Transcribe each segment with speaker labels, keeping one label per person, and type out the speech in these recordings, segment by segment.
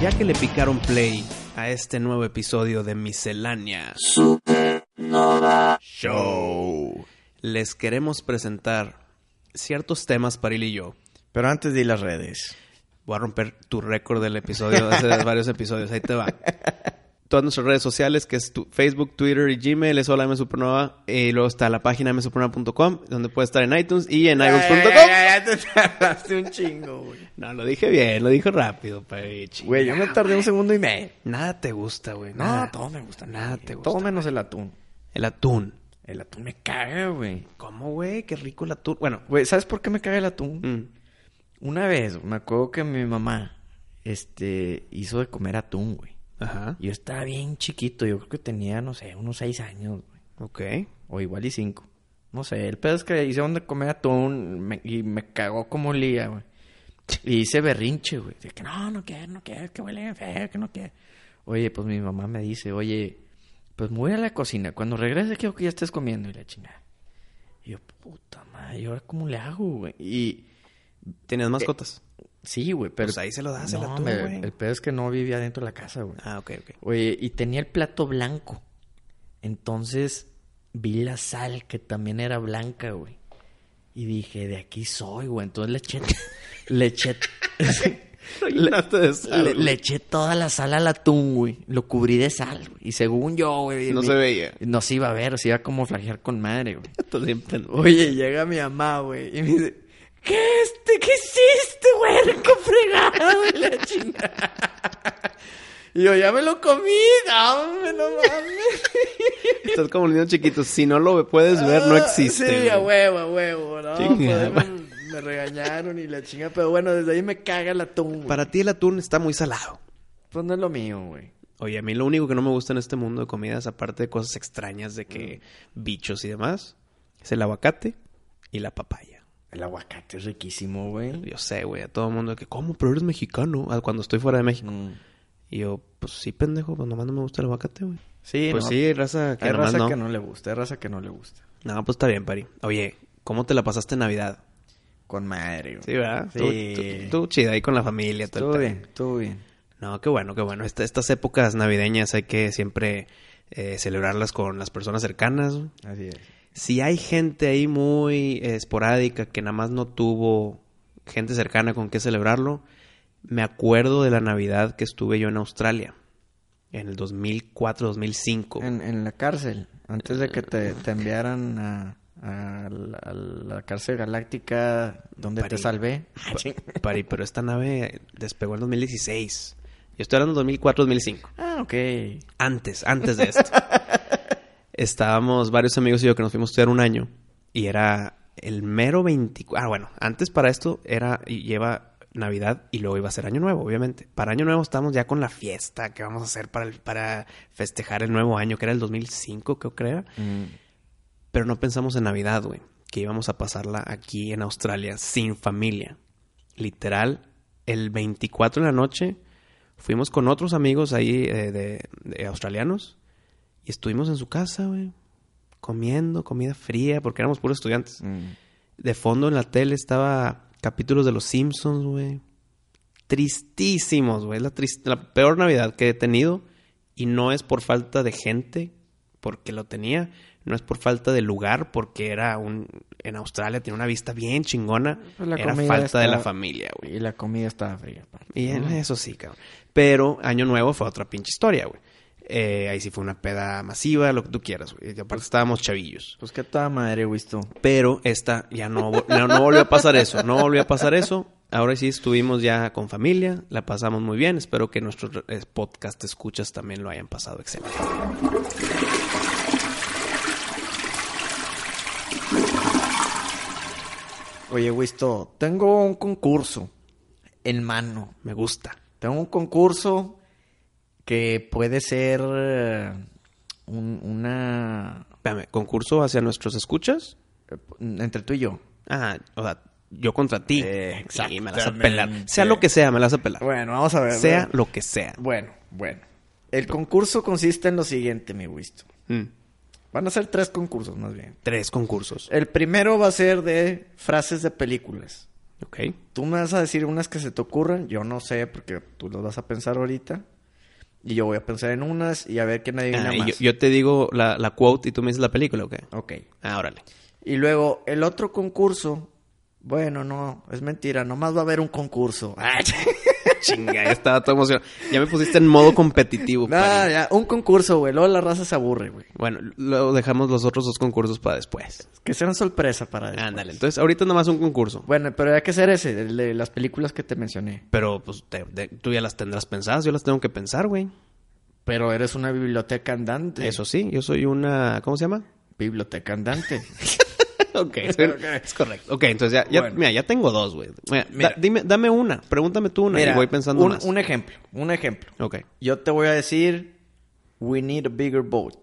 Speaker 1: Ya que le picaron play a este nuevo episodio de Miscelánea Show, les queremos presentar ciertos temas para él y yo.
Speaker 2: Pero antes de ir las redes.
Speaker 1: Voy a romper tu récord del episodio de hace varios episodios. Ahí te va. Todas nuestras redes sociales, que es tu Facebook, Twitter y Gmail, es hola msupernova. Y luego está la página msupernova.com, donde puede estar en iTunes y en iBooks.com.
Speaker 2: ya te tardaste un chingo, güey.
Speaker 1: No, lo dije bien, lo dije rápido, pechi.
Speaker 2: Güey, yo me tardé un segundo y medio.
Speaker 1: Nada te gusta, güey.
Speaker 2: No,
Speaker 1: Nada.
Speaker 2: todo me gusta.
Speaker 1: Nada
Speaker 2: güey.
Speaker 1: te gusta.
Speaker 2: Todo menos el atún.
Speaker 1: El atún.
Speaker 2: El atún me caga, güey.
Speaker 1: ¿Cómo, güey? Qué rico el atún. Bueno,
Speaker 2: Güey, ¿sabes por qué me caga el atún?
Speaker 1: mm,
Speaker 2: Una vez, me acuerdo que mi mamá, este, hizo de comer atún, güey.
Speaker 1: ajá.
Speaker 2: Yo estaba bien chiquito, yo creo que tenía, no sé, unos seis años, güey.
Speaker 1: Ok.
Speaker 2: O igual y cinco. No sé, el pedo es que hicieron de comer atún me- y me cagó como lía, güey. Y hice berrinche, güey. De que no, no quiero, no quiero, que huele bien feo, que no quiero. Oye, pues mi mamá me dice, oye, pues me voy a la cocina. Cuando regrese quiero que ya estés comiendo y la chingada. Y yo, puta madre, ¿y ahora cómo le hago, güey? Y
Speaker 1: ¿Tenías mascotas?
Speaker 2: sí, güey, pero...
Speaker 1: Pues ahí se lo das, el
Speaker 2: No,
Speaker 1: atún,
Speaker 2: me-
Speaker 1: güey.
Speaker 2: El pedo es que no vivía dentro de la casa, güey.
Speaker 1: Ah, ok, ok.
Speaker 2: Oye, y tenía el plato blanco. Entonces vi la sal que también era blanca, güey. Y dije, de aquí soy, güey. Entonces le eché, le eché,
Speaker 1: Rellenaste de sal,
Speaker 2: le,
Speaker 1: güey.
Speaker 2: le eché toda la sal al atún, güey. Lo cubrí de sal, güey. Y según yo, güey.
Speaker 1: No
Speaker 2: mi-
Speaker 1: se veía.
Speaker 2: No se iba a ver, se iba a camuflajear con madre, güey.
Speaker 1: Estás bien pendejo.
Speaker 2: Oye, llega mi mamá, güey, y me dice, ¿qué este? ¿Qué hiciste, huerco fregado? Y la chingada. Y yo, ya me lo comí, dame, no mames. Ah,
Speaker 1: Estás como un niño chiquito. Si no lo puedes ver, no existe.
Speaker 2: Sí, a
Speaker 1: güey.
Speaker 2: huevo, a huevo, no,
Speaker 1: Chingada.
Speaker 2: pues, me, me regañaron y la chingada, pero bueno, desde ahí me caga la tumba. Para...
Speaker 1: Para ti el atún está muy salado.
Speaker 2: Pues no es lo mío, güey.
Speaker 1: Oye, a mí lo único que no me gusta en este mundo de comidas, aparte de cosas extrañas de que bichos y demás, es el aguacate y la papaya.
Speaker 2: El aguacate es riquísimo, güey.
Speaker 1: Yo sé, güey, a todo el mundo de que, ¿cómo? Pero eres mexicano. Ah, Cuando estoy fuera de México.
Speaker 2: Mm.
Speaker 1: Y yo, pues sí, pendejo, pues nomás no me gusta el aguacate, güey.
Speaker 2: Sí,
Speaker 1: pues
Speaker 2: no.
Speaker 1: sí, raza que
Speaker 2: Hay
Speaker 1: nomás
Speaker 2: raza
Speaker 1: no.
Speaker 2: que no le gusta, hay raza que no le gusta.
Speaker 1: No, pues está bien, Pari. Oye, ¿cómo te la pasaste en Navidad?
Speaker 2: Con madre, güey.
Speaker 1: Sí, ¿verdad?
Speaker 2: Sí.
Speaker 1: Tú, chida ahí con la familia. todo el
Speaker 2: Todo
Speaker 1: pedo.
Speaker 2: bien, todo bien.
Speaker 1: No, qué bueno, qué bueno. Esta- estas épocas navideñas hay que siempre eh, celebrarlas con las personas cercanas.
Speaker 2: Así es.
Speaker 1: Si hay gente ahí muy eh, esporádica que nada más no tuvo gente cercana con que celebrarlo, me acuerdo de la Navidad que estuve yo en Australia, en el 2004-2005.
Speaker 2: En, en la cárcel, antes de que
Speaker 1: Eh,
Speaker 2: te, te enviaran a, a la, a la cárcel galáctica donde
Speaker 1: París. Ah,
Speaker 2: te salvé.
Speaker 1: Pari, pero esta nave despegó en 2016. Yo estoy hablando de 2004-2005.
Speaker 2: Ah, ok.
Speaker 1: Antes, antes de esto. Estábamos varios amigos y yo que nos fuimos a estudiar un año y era el mero 24. Ah, bueno, antes para esto era y lleva Navidad y luego iba a ser Año Nuevo, obviamente. Para Año Nuevo estábamos ya con la fiesta que vamos a hacer para, el- para festejar el nuevo año, que era el 2005, creo que era.
Speaker 2: Mm,
Speaker 1: Pero no pensamos en Navidad, güey. Que íbamos a pasarla aquí en Australia sin familia. Literal, el 24 de la noche fuimos con otros amigos ahí eh, de, de australianos y estuvimos en su casa, güey. Comiendo comida fría porque éramos puros estudiantes.
Speaker 2: mm.
Speaker 1: De fondo en la tele estaba capítulos de Los Simpsons, güey. Tristísimos, güey. Es La, tris- la peor Navidad que he tenido. Y no es por falta de gente, porque lo tenía. No es por falta de lugar, porque era un... En Australia tiene una vista bien chingona.
Speaker 2: Pues la
Speaker 1: era
Speaker 2: comida
Speaker 1: falta de
Speaker 2: está-
Speaker 1: la familia, güey.
Speaker 2: Y la comida estaba fría. aparte.
Speaker 1: Y en
Speaker 2: Mm.
Speaker 1: eso sí, cabrón. Pero Año Nuevo fue otra pinche historia, güey. Eh, ahí sí fue una peda masiva, lo que tú quieras, güey. Y aparte estábamos chavillos.
Speaker 2: Pues qué toda madre, Wisto.
Speaker 1: Pero esta ya no, vo- no, no volvió a pasar eso, no volvió a pasar eso. Ahora sí estuvimos ya con familia, la pasamos muy bien. Espero que nuestros eh, podcast escuchas también lo hayan pasado excelente.
Speaker 2: Oye, Wisto, tengo un concurso en mano.
Speaker 1: Me gusta.
Speaker 2: Tengo un concurso que puede ser eh, un- una... eh,
Speaker 1: Espérame, concurso hacia nuestros escuchas.
Speaker 2: Entre tú y yo.
Speaker 1: Ah, o sea, yo contra ti.
Speaker 2: Eh,
Speaker 1: Sí, me las a pelar.
Speaker 2: exactamente.
Speaker 1: Sea lo que sea, me las a pelar.
Speaker 2: Bueno, vamos a ver.
Speaker 1: sea
Speaker 2: bueno.
Speaker 1: lo que sea.
Speaker 2: Bueno, bueno. El concurso consiste en lo siguiente, mi Wisto.
Speaker 1: Mm.
Speaker 2: Van a ser tres concursos, más bien.
Speaker 1: Tres concursos.
Speaker 2: El primero va a ser de frases de películas.
Speaker 1: Ok.
Speaker 2: Tú me vas a decir unas que se te ocurran. Yo no sé, porque tú las vas a pensar ahorita. Y yo voy a pensar en unas y a ver quién adivina
Speaker 1: Ah, y
Speaker 2: más.
Speaker 1: yo, yo te digo la, la quote y tú me dices la película, ¿ok?
Speaker 2: Ok.
Speaker 1: Ah, órale.
Speaker 2: Y luego, el otro concurso. Bueno, no, es mentira. Nomás va a haber un concurso. Ah,
Speaker 1: Chinga, ya estaba todo emocionado. Ya me pusiste en modo competitivo.
Speaker 2: Nada,
Speaker 1: Pani.
Speaker 2: Ah, ya, un concurso, güey. Luego la raza se aburre, güey.
Speaker 1: Bueno, luego dejamos los otros dos concursos para después.
Speaker 2: Que sea una sorpresa para después.
Speaker 1: Ándale, entonces ahorita nomás un concurso.
Speaker 2: Bueno, pero hay que ser ese, el de las películas que te mencioné.
Speaker 1: Pero pues te- te- tú ya las tendrás pensadas, yo las tengo que pensar, güey.
Speaker 2: Pero eres una biblioteca andante.
Speaker 1: Eso sí, yo soy una... ¿Cómo se llama?
Speaker 2: Biblioteca andante.
Speaker 1: ok, es correcto. Ok, entonces ya, ya-
Speaker 2: Bueno.
Speaker 1: mira, ya tengo dos, güey. Mira, da-
Speaker 2: Mira.
Speaker 1: dime, dame una, pregúntame tú una y voy pensando
Speaker 2: un,
Speaker 1: más.
Speaker 2: un ejemplo, un ejemplo.
Speaker 1: Ok.
Speaker 2: Yo te voy a decir, we need a bigger boat.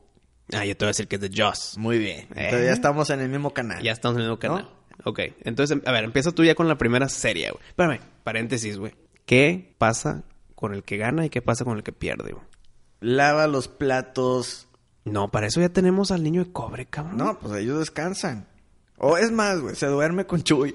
Speaker 1: Ah, yo te voy a decir que es de Joss.
Speaker 2: Muy bien. Entonces
Speaker 1: Eh.
Speaker 2: ya estamos en el mismo canal.
Speaker 1: Ya estamos en el mismo canal. Ok, entonces, a ver, empieza tú ya con la primera serie, güey. Espérame, paréntesis, güey. ¿Qué pasa con el que gana y qué pasa con el que pierde, güey?
Speaker 2: Lava los platos.
Speaker 1: No, para eso ya tenemos al niño de cobre, cabrón.
Speaker 2: No, pues ellos descansan. O es más, güey, se duerme con Chuy.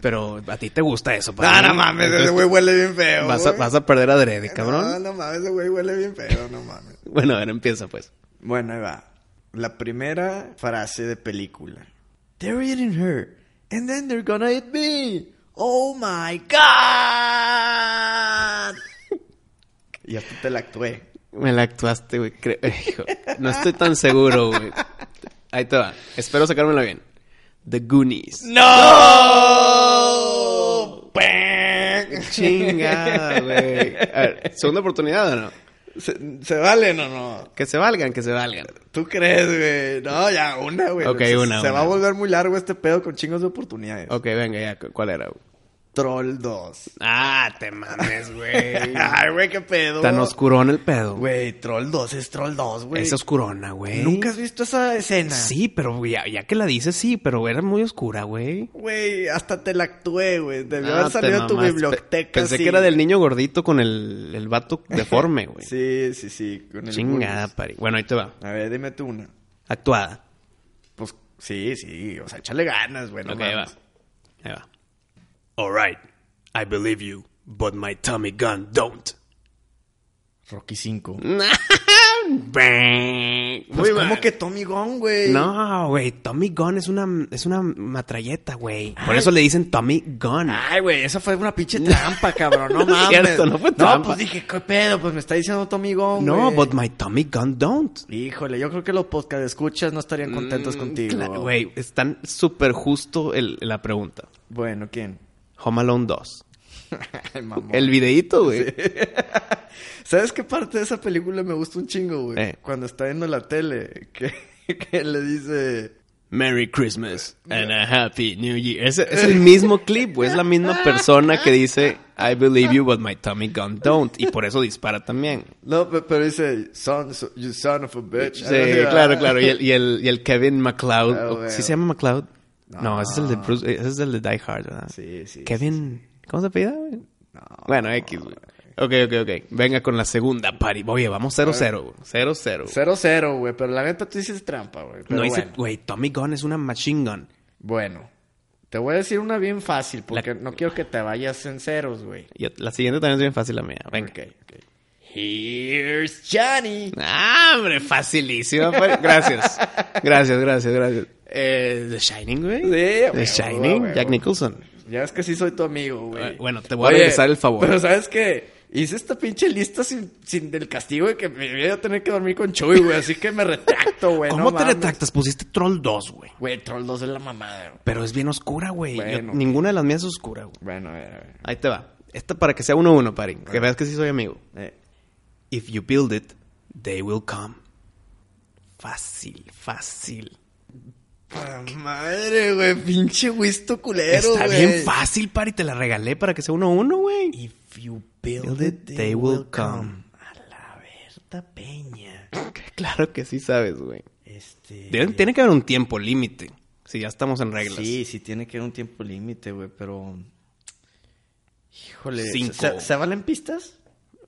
Speaker 1: Pero a ti te gusta eso,
Speaker 2: no,
Speaker 1: padre.
Speaker 2: Ah, no mames, ese
Speaker 1: Entonces,
Speaker 2: güey huele bien feo.
Speaker 1: vas, a,
Speaker 2: güey.
Speaker 1: vas a perder adrede, cabrón.
Speaker 2: No, no mames, ese güey huele bien feo, no mames.
Speaker 1: Bueno, a ver, empieza pues.
Speaker 2: Bueno, ahí va. La primera frase de película. They're eating her, and then they're gonna eat me. Oh my god. y hasta te la actué.
Speaker 1: Me la actuaste, güey. creo- Hijo, no estoy tan seguro, güey. Ahí te va. Espero sacármela bien. The Goonies.
Speaker 2: ¡No!
Speaker 1: Chingada, güey. A ver, segunda oportunidad o no.
Speaker 2: ¿Se, se valen o no?
Speaker 1: Que se valgan, que se valgan.
Speaker 2: ¿Tú crees, güey? No, ya, una, güey.
Speaker 1: Ok,
Speaker 2: Se-
Speaker 1: una,
Speaker 2: Se
Speaker 1: una.
Speaker 2: va a volver muy largo este pedo con chingos de oportunidades.
Speaker 1: Ok, venga, ya. cu- ¿Cuál era, güey?
Speaker 2: Troll 2.
Speaker 1: Ah, te mames, güey.
Speaker 2: Ay, güey, qué pedo.
Speaker 1: Tan oscurón el pedo. güey.
Speaker 2: Güey, Troll 2 es Troll 2, güey. ¿Eh?
Speaker 1: Es oscurona, güey.
Speaker 2: ¿Nunca has visto esa escena?
Speaker 1: Sí, pero güey, ya, ya que la dices, sí, pero era muy oscura, güey.
Speaker 2: Güey, hasta te la actué, güey. Debió
Speaker 1: Ah,
Speaker 2: haber
Speaker 1: te
Speaker 2: salido de tu
Speaker 1: mamaste.
Speaker 2: biblioteca.
Speaker 1: Pensé
Speaker 2: sí.
Speaker 1: que era del niño gordito con el, el vato deforme, güey.
Speaker 2: Sí, sí, sí. Con el
Speaker 1: Chingada,
Speaker 2: bulbos.
Speaker 1: pari. Bueno, ahí te va.
Speaker 2: A ver, dime tú una.
Speaker 1: Actuada.
Speaker 2: Pues sí, sí. O sea, échale ganas, güey. No
Speaker 1: ok, ahí va.
Speaker 2: mames.
Speaker 1: Ahí va.
Speaker 3: All right, I believe you, but my Tommy gun don't.
Speaker 2: Rocky 5.
Speaker 1: Mm, Muy
Speaker 2: Pues, ¿Cómo que Tommy Gone, güey?
Speaker 1: No, güey. Tommy Gun es una, es una matralleta, güey.
Speaker 2: Ah.
Speaker 1: Por eso le dicen Tommy Gun.
Speaker 2: Ay, güey, esa fue una pinche trampa, cabrón. No,
Speaker 1: No es
Speaker 2: mames.
Speaker 1: cierto, no fue trampa.
Speaker 2: pues dije, ¿qué pedo? Pues me está diciendo Tommy Gone,
Speaker 1: no, pues
Speaker 2: güey.
Speaker 1: but my Tommy Gun don't. Mm,
Speaker 2: Híjole, yo creo que los podcast escuchas no estarían contentos contigo.
Speaker 1: Cla- Güey, están súper justo el- la pregunta.
Speaker 2: Bueno, ¿quién?
Speaker 1: Home Alone 2.
Speaker 2: Ay, mamón.
Speaker 1: El videíto, güey.
Speaker 2: ¿Sabes qué parte de esa película me gusta un chingo, güey?
Speaker 1: Eh.
Speaker 2: Cuando está viendo la tele, que, que le dice...
Speaker 3: Merry Christmas and a happy new year.
Speaker 1: Es, es el mismo clip, güey. Es la misma persona que dice I believe you, but my Tommy Gun don't. Y por eso dispara también.
Speaker 2: No, pe- pero dice, son, so- you son of a
Speaker 1: Sí,
Speaker 2: bitch. Algo así,
Speaker 1: claro,
Speaker 2: ¿verdad?
Speaker 1: claro. Y el, y el, y el Kevin McLeod.
Speaker 2: Ah, güey.
Speaker 1: ¿Sí se llama McLeod? No, ese es el de Bruce, eh, ese es el de Die Hard, ¿verdad?
Speaker 2: Sí, sí,
Speaker 1: Kevin, ¿cómo se pida? Bueno, X, güey. Ok, ok, ok. Venga con la segunda, pari. Oye, vamos 0-0, güey. 0-0. güey.
Speaker 2: Cero, cero, güey. Pero la neta tú dices trampa, güey. Pero
Speaker 1: No dice,
Speaker 2: bueno.
Speaker 1: güey, Tommy Gun es una machine gun.
Speaker 2: Bueno. Te voy a decir una bien fácil, porque no quiero que te vayas en ceros, güey.
Speaker 1: Y la siguiente también es bien fácil la mía. Venga.
Speaker 2: Ok, ok. Here's Johnny.
Speaker 1: Ah, hombre, facilísima. pa- Gracias. Gracias, gracias, gracias. Eh, The Shining, güey.
Speaker 2: Sí,
Speaker 1: The
Speaker 2: güey,
Speaker 1: Shining,
Speaker 2: güey, güey.
Speaker 1: Jack Nicholson.
Speaker 2: Ya es que sí soy tu amigo, güey.
Speaker 1: Eh, bueno, te voy a regresar el favor.
Speaker 2: Pero ¿sabes qué? Hice esta pinche lista sin, sin el castigo de que me iba a tener que dormir con Chuy, güey. Así que me retracto, güey.
Speaker 1: ¿Cómo
Speaker 2: no
Speaker 1: te
Speaker 2: mames.
Speaker 1: retractas? Pusiste Troll 2, güey.
Speaker 2: Güey, Troll 2 es la mamada, güey.
Speaker 1: Pero es bien oscura, güey. Yo-
Speaker 2: Bueno.
Speaker 1: Ninguna de las mías es oscura, güey.
Speaker 2: Bueno, a ver, a ver.
Speaker 1: Ahí te va. Esta para que sea uno a uno, pari. Que veas que sí soy amigo.
Speaker 2: Eh,
Speaker 1: If you build it, they will come. Fácil, fácil.
Speaker 2: pa madre, güey. Pinche Wisto culero,
Speaker 1: Está
Speaker 2: güey.
Speaker 1: bien fácil, pari. Te la regalé para que sea uno a uno, güey.
Speaker 2: If you build
Speaker 1: Build it,
Speaker 2: it,
Speaker 1: they will come.
Speaker 2: A la Berta Peña.
Speaker 1: Claro que sí sabes, güey.
Speaker 2: Este...
Speaker 1: Deben- tiene que haber un tiempo límite. Si ya estamos en reglas.
Speaker 2: Sí, sí tiene que haber un tiempo límite, güey, pero... Híjole.
Speaker 1: Cinco.
Speaker 2: ¿se, se valen pistas?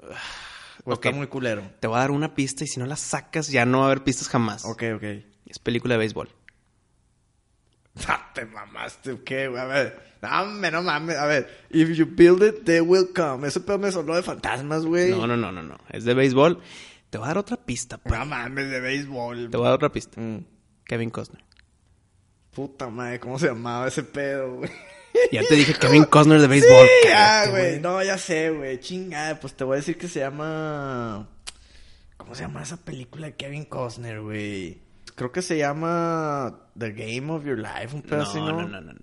Speaker 2: O
Speaker 1: Ok.
Speaker 2: Pues está muy culero.
Speaker 1: Te voy a dar una pista y si no la sacas ya no va a haber pistas jamás.
Speaker 2: Ok, ok.
Speaker 1: Es película de béisbol.
Speaker 2: Ah, te mamaste, ¿o ¿qué, güey? A ver. Dame, no mames. A ver. If you build it, they will come. Ese pedo me sonó de fantasmas, güey.
Speaker 1: No, no, no, no, no. Es de béisbol. Te voy a dar otra pista. pa.
Speaker 2: No mames, de béisbol.
Speaker 1: Te voy a dar otra pista.
Speaker 2: Mm.
Speaker 1: Kevin Costner.
Speaker 2: Puta madre, ¿cómo se llamaba ese pedo, güey?
Speaker 1: Ya te dije Kevin Costner de béisbol.
Speaker 2: Sí, ah,
Speaker 1: cállate,
Speaker 2: güey. No, ya sé, güey. Chingada, pues te voy a decir que se llama. ¿Cómo se llama esa película de Kevin Costner, güey? Creo que se llama The Game of Your Life, un
Speaker 1: No,
Speaker 2: pedo así,
Speaker 1: no,
Speaker 2: ¿no?
Speaker 1: no, no, no.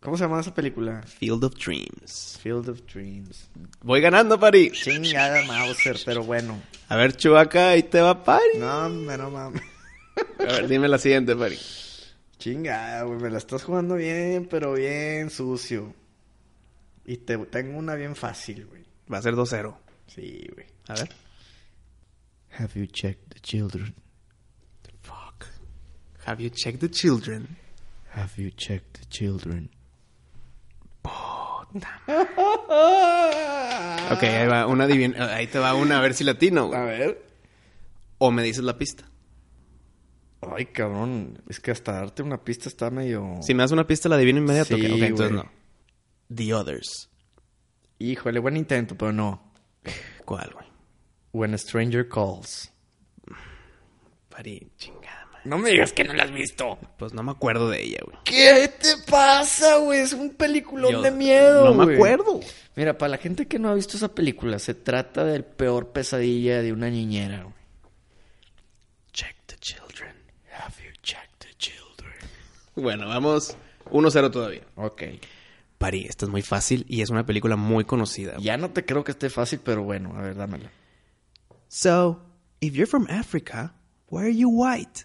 Speaker 2: ¿Cómo se llama esa película?
Speaker 1: Field of Dreams.
Speaker 2: Field of Dreams.
Speaker 1: Voy ganando, Pari.
Speaker 2: Chingada Mauser, pero bueno.
Speaker 1: A ver, Chubaca, ahí te va, Pari.
Speaker 2: No, hombre, no mames.
Speaker 1: A ver, dime la siguiente, Pari.
Speaker 2: Chingada, güey. Me la estás jugando bien, pero bien sucio. Y te tengo una bien fácil, güey.
Speaker 1: Va a ser 2-0.
Speaker 2: Sí, güey.
Speaker 1: A ver.
Speaker 2: Have you checked the children?
Speaker 1: Fuck. Have you checked the children?
Speaker 2: Have you checked the children?
Speaker 1: Ok, ahí va una adivin- Ahí te va una, a ver si latino,
Speaker 2: A
Speaker 1: güey.
Speaker 2: ver.
Speaker 1: O me dices la pista.
Speaker 2: Ay, cabrón. Es que hasta darte una pista está medio.
Speaker 1: Si me das una pista, la adivino inmediato.
Speaker 2: Sí,
Speaker 1: ok, ok, entonces
Speaker 2: güey.
Speaker 1: no. The Others.
Speaker 2: Híjole, buen intento, pero no.
Speaker 1: ¿Cuál, güey?
Speaker 2: When a Stranger Calls.
Speaker 1: Pari, chingada, madre.
Speaker 2: No me digas que no la has visto.
Speaker 1: Pues no me acuerdo de ella, güey.
Speaker 2: ¿Qué te pasa, güey? Es un peliculón
Speaker 1: Yo-
Speaker 2: de miedo.
Speaker 1: No me
Speaker 2: güey.
Speaker 1: acuerdo.
Speaker 2: Mira, para la gente que no ha visto esa película, se trata del peor pesadilla de una niñera, güey.
Speaker 1: Check the children.
Speaker 2: Have you checked the children?
Speaker 1: Bueno, vamos 1-0 todavía.
Speaker 2: Ok.
Speaker 1: Pari, esta es muy fácil y es una película muy conocida.
Speaker 2: Ya no te creo que esté fácil, pero bueno, a ver, dámela.
Speaker 1: So, if you're from Africa, why are you white?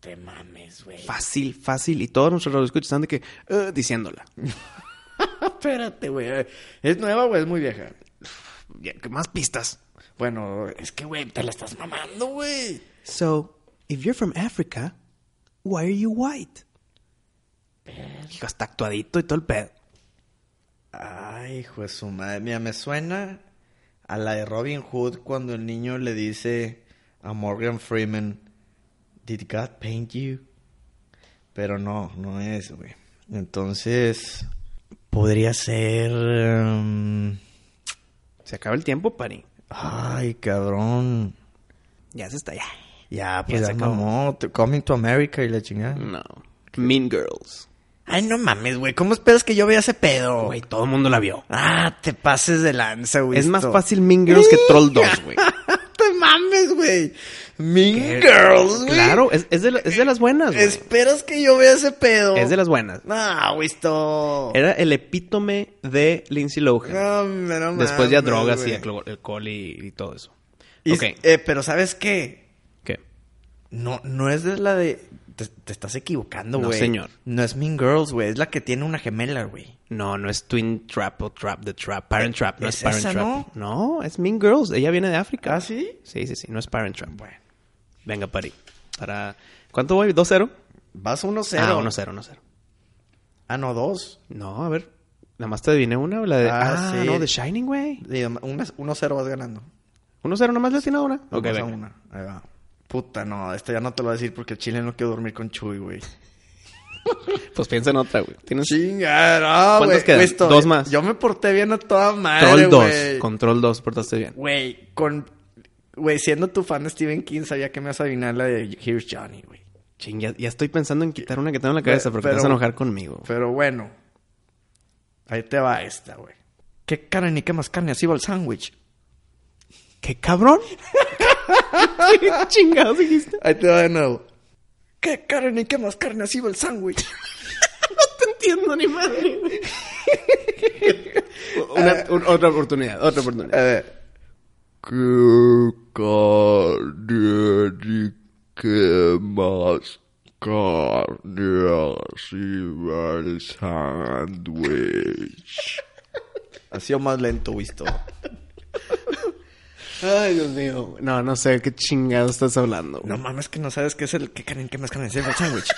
Speaker 2: Te mames, güey.
Speaker 1: Fácil, fácil. Y todos nuestros radioescuchas están de que... "Eh", diciéndola.
Speaker 2: Ah, Espérate, güey. ¿Es nueva o es muy vieja?
Speaker 1: Ya, ¿qué Más pistas.
Speaker 2: Bueno, es que, güey, te la estás mamando, güey.
Speaker 1: So, if you're from Africa, why are you white? Hijo, está actuadito y todo el pedo.
Speaker 2: Ay, hijo de su madre. Mira, me suena a la de Robin Hood cuando el niño le dice a Morgan Freeman, ¿Did God paint you? Pero no, no es, güey. Entonces, podría ser... em,
Speaker 1: Se acaba el tiempo, Pari.
Speaker 2: Ay, cabrón.
Speaker 1: Ya se está, ya.
Speaker 2: Ya,
Speaker 1: Ya
Speaker 2: pues
Speaker 1: se
Speaker 2: ya
Speaker 1: acabó. Mm.
Speaker 2: mamó. Te- Coming to America y la chingada.
Speaker 1: No. Mean Girls.
Speaker 2: Ay, no mames, güey. ¿Cómo esperas que yo vea ese pedo?
Speaker 1: Güey, todo el mundo la vio.
Speaker 2: Ah, te pases de lanza, güey.
Speaker 1: Es más
Speaker 2: Esto.
Speaker 1: fácil Mean Girls que Troll 2, güey.
Speaker 2: te mames, güey. Mean
Speaker 1: Eh,
Speaker 2: Girls, Pues, güey.
Speaker 1: Claro, es, es de, la- es de las buenas, güey. Es,
Speaker 2: ¿Esperas que yo vea ese pedo?
Speaker 1: de las buenas.
Speaker 2: No, güey, esto...
Speaker 1: Era el epítome de Lindsay Lohan.
Speaker 2: No, hombre, no
Speaker 1: Después ya
Speaker 2: mames,
Speaker 1: drogas y
Speaker 2: güey.
Speaker 1: alco- alcohol y, y todo eso.
Speaker 2: Y-
Speaker 1: ok.
Speaker 2: eh, pero ¿sabes qué?
Speaker 1: ¿Qué?
Speaker 2: No, no es de la de... Te, te estás equivocando,
Speaker 1: No,
Speaker 2: güey.
Speaker 1: señor.
Speaker 2: No es Mean Girls, güey. Es la que tiene una gemela, güey.
Speaker 1: No, no es Twin Trap o Trap the Trap. Parent
Speaker 2: Eh,
Speaker 1: Trap, no es,
Speaker 2: ¿es
Speaker 1: Parent
Speaker 2: esa,
Speaker 1: Trap.
Speaker 2: no?
Speaker 1: es Mean Girls. Ella viene de África.
Speaker 2: ¿Ah, sí?
Speaker 1: Sí, sí, sí. No es Parent Trap.
Speaker 2: Bueno.
Speaker 1: Venga, Pari. Para... ¿Cuánto voy? ¿2-0?
Speaker 2: Vas 1-0.
Speaker 1: Ah, 1-0, 1-0.
Speaker 2: Ah, no, 2.
Speaker 1: No, a ver. Nada más te adiviné una. La de...
Speaker 2: Ah,
Speaker 1: Ah,
Speaker 2: sí.
Speaker 1: no, The Shining, güey.
Speaker 2: Digo, una- 1-0 vas ganando.
Speaker 1: 1-0, nomás le atinado una. Ok,
Speaker 2: Vamos a
Speaker 1: venga.
Speaker 2: una. Ahí va. Puta, no, esta ya no te lo voy a decir porque el chile no quiero dormir con Chuy, güey.
Speaker 1: Pues piensa en otra, güey. Tienes
Speaker 2: Chinga, no,
Speaker 1: ¿Cuántos
Speaker 2: güey.
Speaker 1: quedan?
Speaker 2: Güey, esto-
Speaker 1: Dos más.
Speaker 2: Yo me porté bien a toda madre,
Speaker 1: Troll 2.
Speaker 2: güey.
Speaker 1: Control 2, portaste bien.
Speaker 2: Güey, con... Güey, siendo tu fan de Stephen King, sabía que me vas a adivinar la de Here's Johnny, güey.
Speaker 1: Ching, ya, ya estoy pensando en quitar una que tengo en la cabeza porque te vas a
Speaker 2: Pero-
Speaker 1: enojar conmigo.
Speaker 2: Pero bueno. Ahí te va esta, güey. ¿Qué carne ni qué más carne? Así va el sándwich.
Speaker 1: ¿Qué cabrón? ¿Qué chingados dijiste?
Speaker 2: Ahí te va de nuevo. ¿Qué carne ni qué más carne? Así va el sándwich.
Speaker 1: No entiendo ni madre. Una- un- otra oportunidad, otra oportunidad.
Speaker 2: Eh, ¿Qué carne ni qué más carne así va el sándwich? Así o más lento, visto.
Speaker 1: Ay, Dios mío. No, no sé qué chingados estás hablando.
Speaker 2: No mames que no sabes qué es el qué carne ni qué más carne así va el sándwich.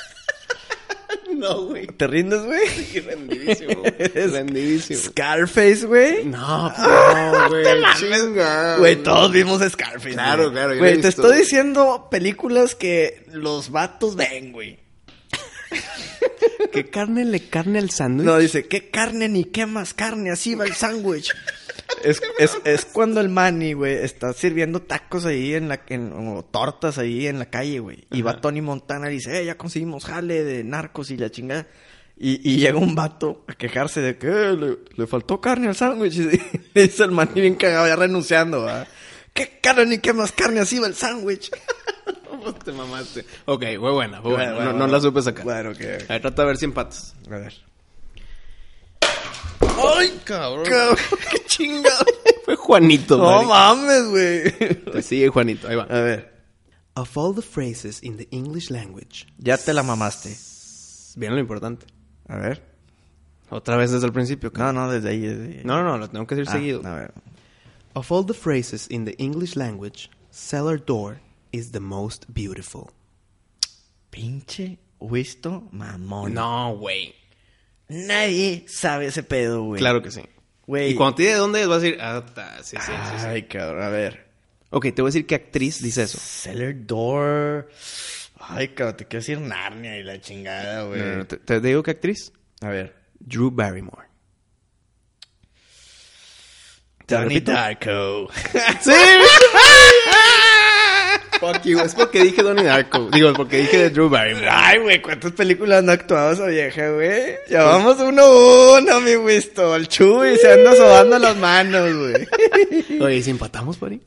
Speaker 1: No, güey.
Speaker 2: ¿Te rindes, güey?
Speaker 1: Y rendidísimo. rendidísimo.
Speaker 2: Scarface, güey.
Speaker 1: No, no, güey. Chinga.
Speaker 2: Güey, todos vimos Scarface.
Speaker 1: Claro,
Speaker 2: güey.
Speaker 1: claro, yo la
Speaker 2: Güey,
Speaker 1: he
Speaker 2: te
Speaker 1: visto.
Speaker 2: estoy diciendo películas que los vatos ven, güey.
Speaker 1: ¿Qué carne le carne al sándwich?
Speaker 2: No, dice, qué carne ni qué más carne, así va el sándwich. Es, es, es cuando el Manny, güey, está sirviendo tacos ahí en la... En, o tortas ahí en la calle, güey. Y va Tony Montana y dice, eh, ya conseguimos jale de narcos y la chingada. Y, y llega un vato a quejarse de que "Eh, le, le faltó carne al sándwich. Y le dice el Manny bien cagado, ya renunciando, ¿verdad? Qué carne ni qué más carne, así va el sándwich.
Speaker 1: Pues te mamaste. Ok, fue buena, fue buena.
Speaker 2: Oh, Bueno,
Speaker 1: no,
Speaker 2: bueno,
Speaker 1: no la supe sacar.
Speaker 2: Bueno, que...
Speaker 1: A ver, trata de ver si empatas.
Speaker 2: A ver.
Speaker 1: ¡Ay, cabrón!
Speaker 2: Cabrón, qué chingado.
Speaker 1: Fue Juanito,
Speaker 2: No
Speaker 1: no,
Speaker 2: mames, güey.
Speaker 1: Te sigue Juanito, ahí va.
Speaker 2: A ver.
Speaker 1: Of all the phrases in the English language.
Speaker 2: Ya te la mamaste.
Speaker 1: Bien lo importante.
Speaker 2: A ver.
Speaker 1: Otra vez desde el principio. cabrón.
Speaker 2: No, no, desde ahí. Desde ahí.
Speaker 1: No, no, no, lo tengo que decir
Speaker 2: Ah,
Speaker 1: seguido.
Speaker 2: A ver.
Speaker 1: Of all the phrases in the English language, cellar door is the most beautiful.
Speaker 2: Pinche Wisto mamón.
Speaker 1: No, güey.
Speaker 2: Nadie sabe ese pedo, güey.
Speaker 1: Claro que sí.
Speaker 2: Güey.
Speaker 1: Y cuando te diga de dónde es, vas a decir, ah, ta, sí, sí, sí, sí.
Speaker 2: Ay, cabrón, a ver.
Speaker 1: Ok, te voy a decir qué actriz dice eso.
Speaker 2: Cellar Door. Ay, cabrón, te quiero decir Narnia y la chingada, güey.
Speaker 1: No, no, no, Eh, te, te digo qué actriz.
Speaker 2: A ver.
Speaker 1: Drew Barrymore. ¿Te
Speaker 2: Donnie
Speaker 1: repito?
Speaker 2: Darko.
Speaker 1: ¡Sí! Fuck you. Es porque dije Donnie Darko. Digo, porque dije de Drew Barrymore.
Speaker 2: Ay, güey, ¿cuántas películas no ha actuado esa vieja, güey? Ya vamos uno a uno, mi Wisto. El Chuy se anda sobando las manos, güey.
Speaker 1: Oye, ¿y si empatamos, Pari?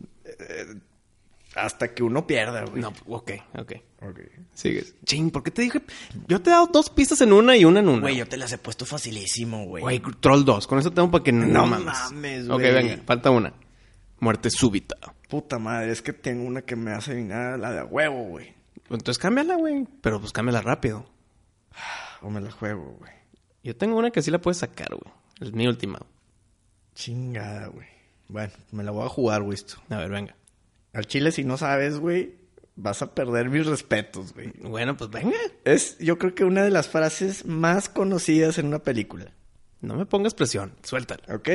Speaker 2: Hasta que uno pierda, güey.
Speaker 1: No, ok, ok.
Speaker 2: Ok.
Speaker 1: Sigues. Ching, ¿por qué te dije? Yo te he dado dos pistas en una y una en una.
Speaker 2: Güey, yo te las he puesto facilísimo, güey.
Speaker 1: Güey, Troll 2. Con eso tengo para que no,
Speaker 2: No
Speaker 1: mames.
Speaker 2: mames,
Speaker 1: Ok,
Speaker 2: güey.
Speaker 1: venga, falta una. Muerte súbita.
Speaker 2: Puta madre, es que tengo una que me hace adivinar la de a huevo, güey.
Speaker 1: Entonces cámbiala, güey. Pero pues cámbiala rápido.
Speaker 2: O me la juego, güey.
Speaker 1: Yo tengo una que sí la puedes sacar, güey. Es mi última.
Speaker 2: Chingada, güey. Bueno, me la voy a jugar, güey, esto.
Speaker 1: A ver, venga.
Speaker 2: Al chile, si no sabes, güey, vas a perder mis respetos, güey.
Speaker 1: Bueno, pues venga.
Speaker 2: Es, yo creo que una de las frases más conocidas en una película,
Speaker 1: No me pongas presión. Suéltala.
Speaker 2: ¿ok?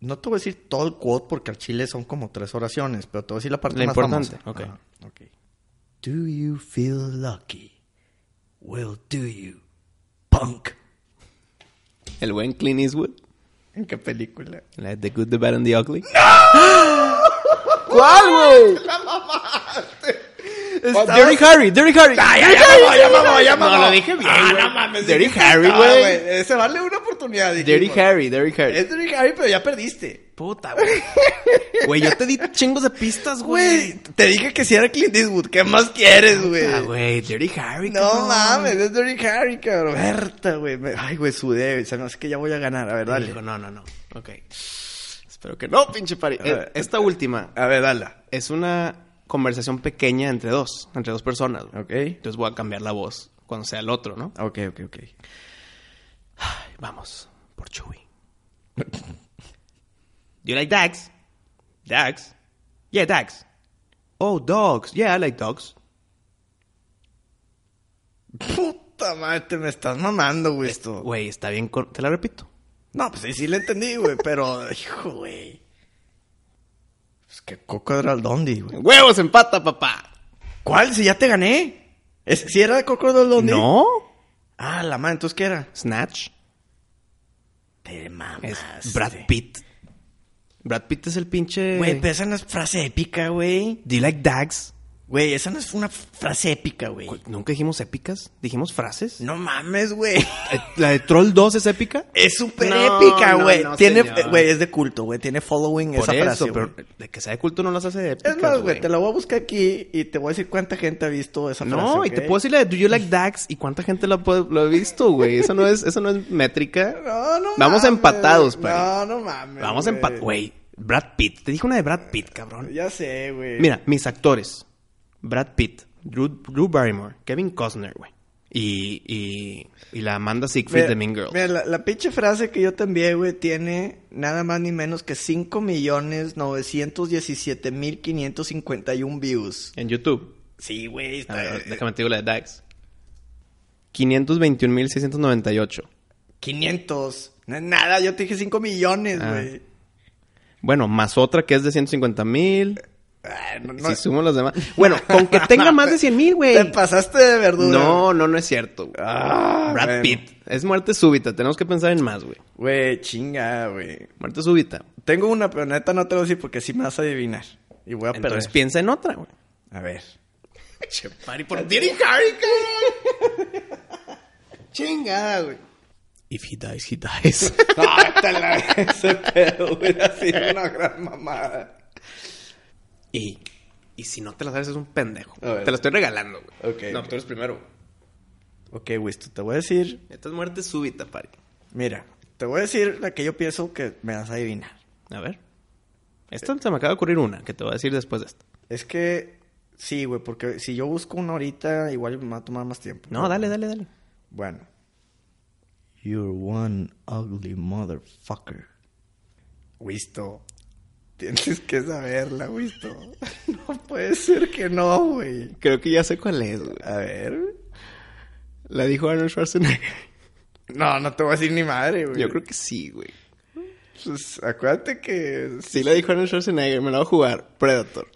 Speaker 2: No te voy a decir todo el quote porque al chile son como tres oraciones, pero te voy a decir la parte
Speaker 1: La
Speaker 2: más
Speaker 1: importante,
Speaker 2: famosa.
Speaker 1: ok.
Speaker 2: Ajá, ok. Do you feel lucky? Well, do you, punk.
Speaker 1: El buen Clint Eastwood.
Speaker 2: ¿En qué película?
Speaker 1: La de The Good, The Bad and The Ugly. ¿Cuál, güey? Dirty Harry, Dirty Harry. No, lo dije bien,
Speaker 2: Ah,
Speaker 1: güey.
Speaker 2: no mames.
Speaker 1: Dirty
Speaker 2: dije,
Speaker 1: Harry,
Speaker 2: ah,
Speaker 1: güey.
Speaker 2: Ese vale una oportunidad.
Speaker 1: Dirty
Speaker 2: dijimos.
Speaker 1: Harry, Dirty Harry.
Speaker 2: Es Dirty Harry, pero ya perdiste.
Speaker 1: Puta, güey. Güey, yo te di chingos de pistas,
Speaker 2: Güey, te dije que si era Clint Eastwood. ¿Qué más quieres, güey?
Speaker 1: Ah, güey, Dirty Harry.
Speaker 2: No
Speaker 1: cabrón.
Speaker 2: mames, es Dirty Harry, cabrón. Berta, güey. me- Ay, güey, sudé. O sea, no, es que ya voy a ganar. A ver, dale.
Speaker 1: Hijo, no, no, no. Ok. Espero que no, pinche pari. Eh,
Speaker 2: ver.
Speaker 1: esta última
Speaker 2: A ver, dala.
Speaker 1: es una conversación pequeña entre dos, entre dos personas. güey.
Speaker 2: Ok.
Speaker 1: Entonces voy a cambiar la voz cuando sea el otro, ¿no?
Speaker 2: Ok, ok, ok.
Speaker 1: Ay, vamos, por Chewy. Do you like dogs? Dogs? Yeah, dogs. Oh, dogs. Yeah, I like dogs.
Speaker 2: Puta madre, te me estás mamando, Eh, güey, esto.
Speaker 1: Güey, está bien. cor- Te la repito.
Speaker 2: No, pues sí, sí le entendí, güey, pero, hijo, güey. Pues que Coco era el Dondi, güey.
Speaker 1: ¡Huevos empata, papá!
Speaker 2: ¿Cuál? Si ya te gané. ¿Es, ¿Si era Coco era el Dondi?
Speaker 1: ¿No?
Speaker 2: Ah, la madre, entonces ¿qué era?
Speaker 1: Snatch.
Speaker 2: Te
Speaker 1: Es
Speaker 2: mamas.
Speaker 1: Brad Pitt. Brad Pitt es el pinche.
Speaker 2: Güey, pero esa no es frase épica, güey.
Speaker 1: Do you like dogs?
Speaker 2: Güey, esa no es una frase épica, güey.
Speaker 1: Güey, ¿Nunca dijimos épicas? ¿Dijimos frases?
Speaker 2: No mames, güey.
Speaker 1: Eh, ¿La de Troll 2 es épica?
Speaker 2: Es súper
Speaker 1: No,
Speaker 2: épica,
Speaker 1: no,
Speaker 2: güey.
Speaker 1: no,
Speaker 2: Tiene,
Speaker 1: señor.
Speaker 2: güey, es de culto, güey. Tiene following
Speaker 1: Por
Speaker 2: esa
Speaker 1: eso,
Speaker 2: frase,
Speaker 1: pero
Speaker 2: güey.
Speaker 1: de que sea de culto no las hace épicas,
Speaker 2: Es más, güey, te la voy a buscar aquí y te voy a decir cuánta gente ha visto esa frase.
Speaker 1: No, y
Speaker 2: ¿ok?
Speaker 1: te puedo decir la de Do You Like Dax y cuánta gente la puede- lo ha visto, güey. Eso no es, eso no es métrica.
Speaker 2: No, no
Speaker 1: Vamos
Speaker 2: mames.
Speaker 1: empatados, pari.
Speaker 2: No, no mames.
Speaker 1: Vamos a empatar. Güey, Brad Pitt. Te dije una de Brad Pitt, cabrón.
Speaker 2: Ya sé, güey.
Speaker 1: Mira, mis actores. Brad Pitt, Drew, Drew Barrymore, Kevin Costner, güey. Y, y, y la Amanda Siegfried
Speaker 2: Mira,
Speaker 1: de Mean Girls.
Speaker 2: Mira, la, la pinche frase que yo te envié, güey, tiene nada más ni menos que 5.917.551 views.
Speaker 1: En YouTube.
Speaker 2: Sí, güey.
Speaker 1: A
Speaker 2: Está...
Speaker 1: Ah,
Speaker 2: eh,
Speaker 1: ver, déjame te digo la de Dax. 521.698.
Speaker 2: 500. No es nada, yo te dije 5 millones,
Speaker 1: Ah.
Speaker 2: güey.
Speaker 1: Bueno, más otra que es de 150 mil.
Speaker 2: Ah, no, no.
Speaker 1: Si sumo los demás. Bueno, con que tenga más de 100 mil, güey.
Speaker 2: Te pasaste de verdura.
Speaker 1: No, no, no es cierto. güey.
Speaker 2: Ah,
Speaker 1: Brad
Speaker 2: bueno.
Speaker 1: Pitt. Es muerte súbita. Tenemos que pensar en más, güey.
Speaker 2: Güey, chinga, güey.
Speaker 1: Muerte súbita.
Speaker 2: Tengo una, pero neta no te lo voy a decir porque sí me vas a adivinar. Y voy a
Speaker 1: Entonces
Speaker 2: perder.
Speaker 1: piensa en otra, güey.
Speaker 2: A ver.
Speaker 3: Party por Diddy Harry, Chingada, güey. If he dies, he dies.
Speaker 2: No, te la ese pedo hubiera sido una gran mamada.
Speaker 1: Y, y si no te la sabes, es un pendejo.
Speaker 2: A ver.
Speaker 1: Te la estoy regalando, güey.
Speaker 2: Ok.
Speaker 1: No, tú eres primero, güey.
Speaker 2: Ok, güey, esto te voy a decir.
Speaker 1: Esta es muerte súbita, pari.
Speaker 2: Mira, te voy a decir la que yo pienso que me vas a adivinar.
Speaker 1: A ver. Esta se me acaba de ocurrir una que te voy a decir después de esta.
Speaker 2: Es que sí, güey, porque si yo busco una ahorita, igual me va a tomar más tiempo.
Speaker 1: No, dale, dale, dale.
Speaker 2: Bueno. You're one ugly motherfucker. Wisto. Tienes que saberla, Wisto. No puede ser que no, güey.
Speaker 1: Creo que ya sé cuál es, güey.
Speaker 2: A ver.
Speaker 1: La dijo Arnold Schwarzenegger.
Speaker 2: No, no te voy a decir ni madre, güey.
Speaker 1: Yo creo que sí, güey.
Speaker 2: Pues, acuérdate que...
Speaker 1: Sí la dijo Arnold Schwarzenegger. Me la voy a jugar. Predator.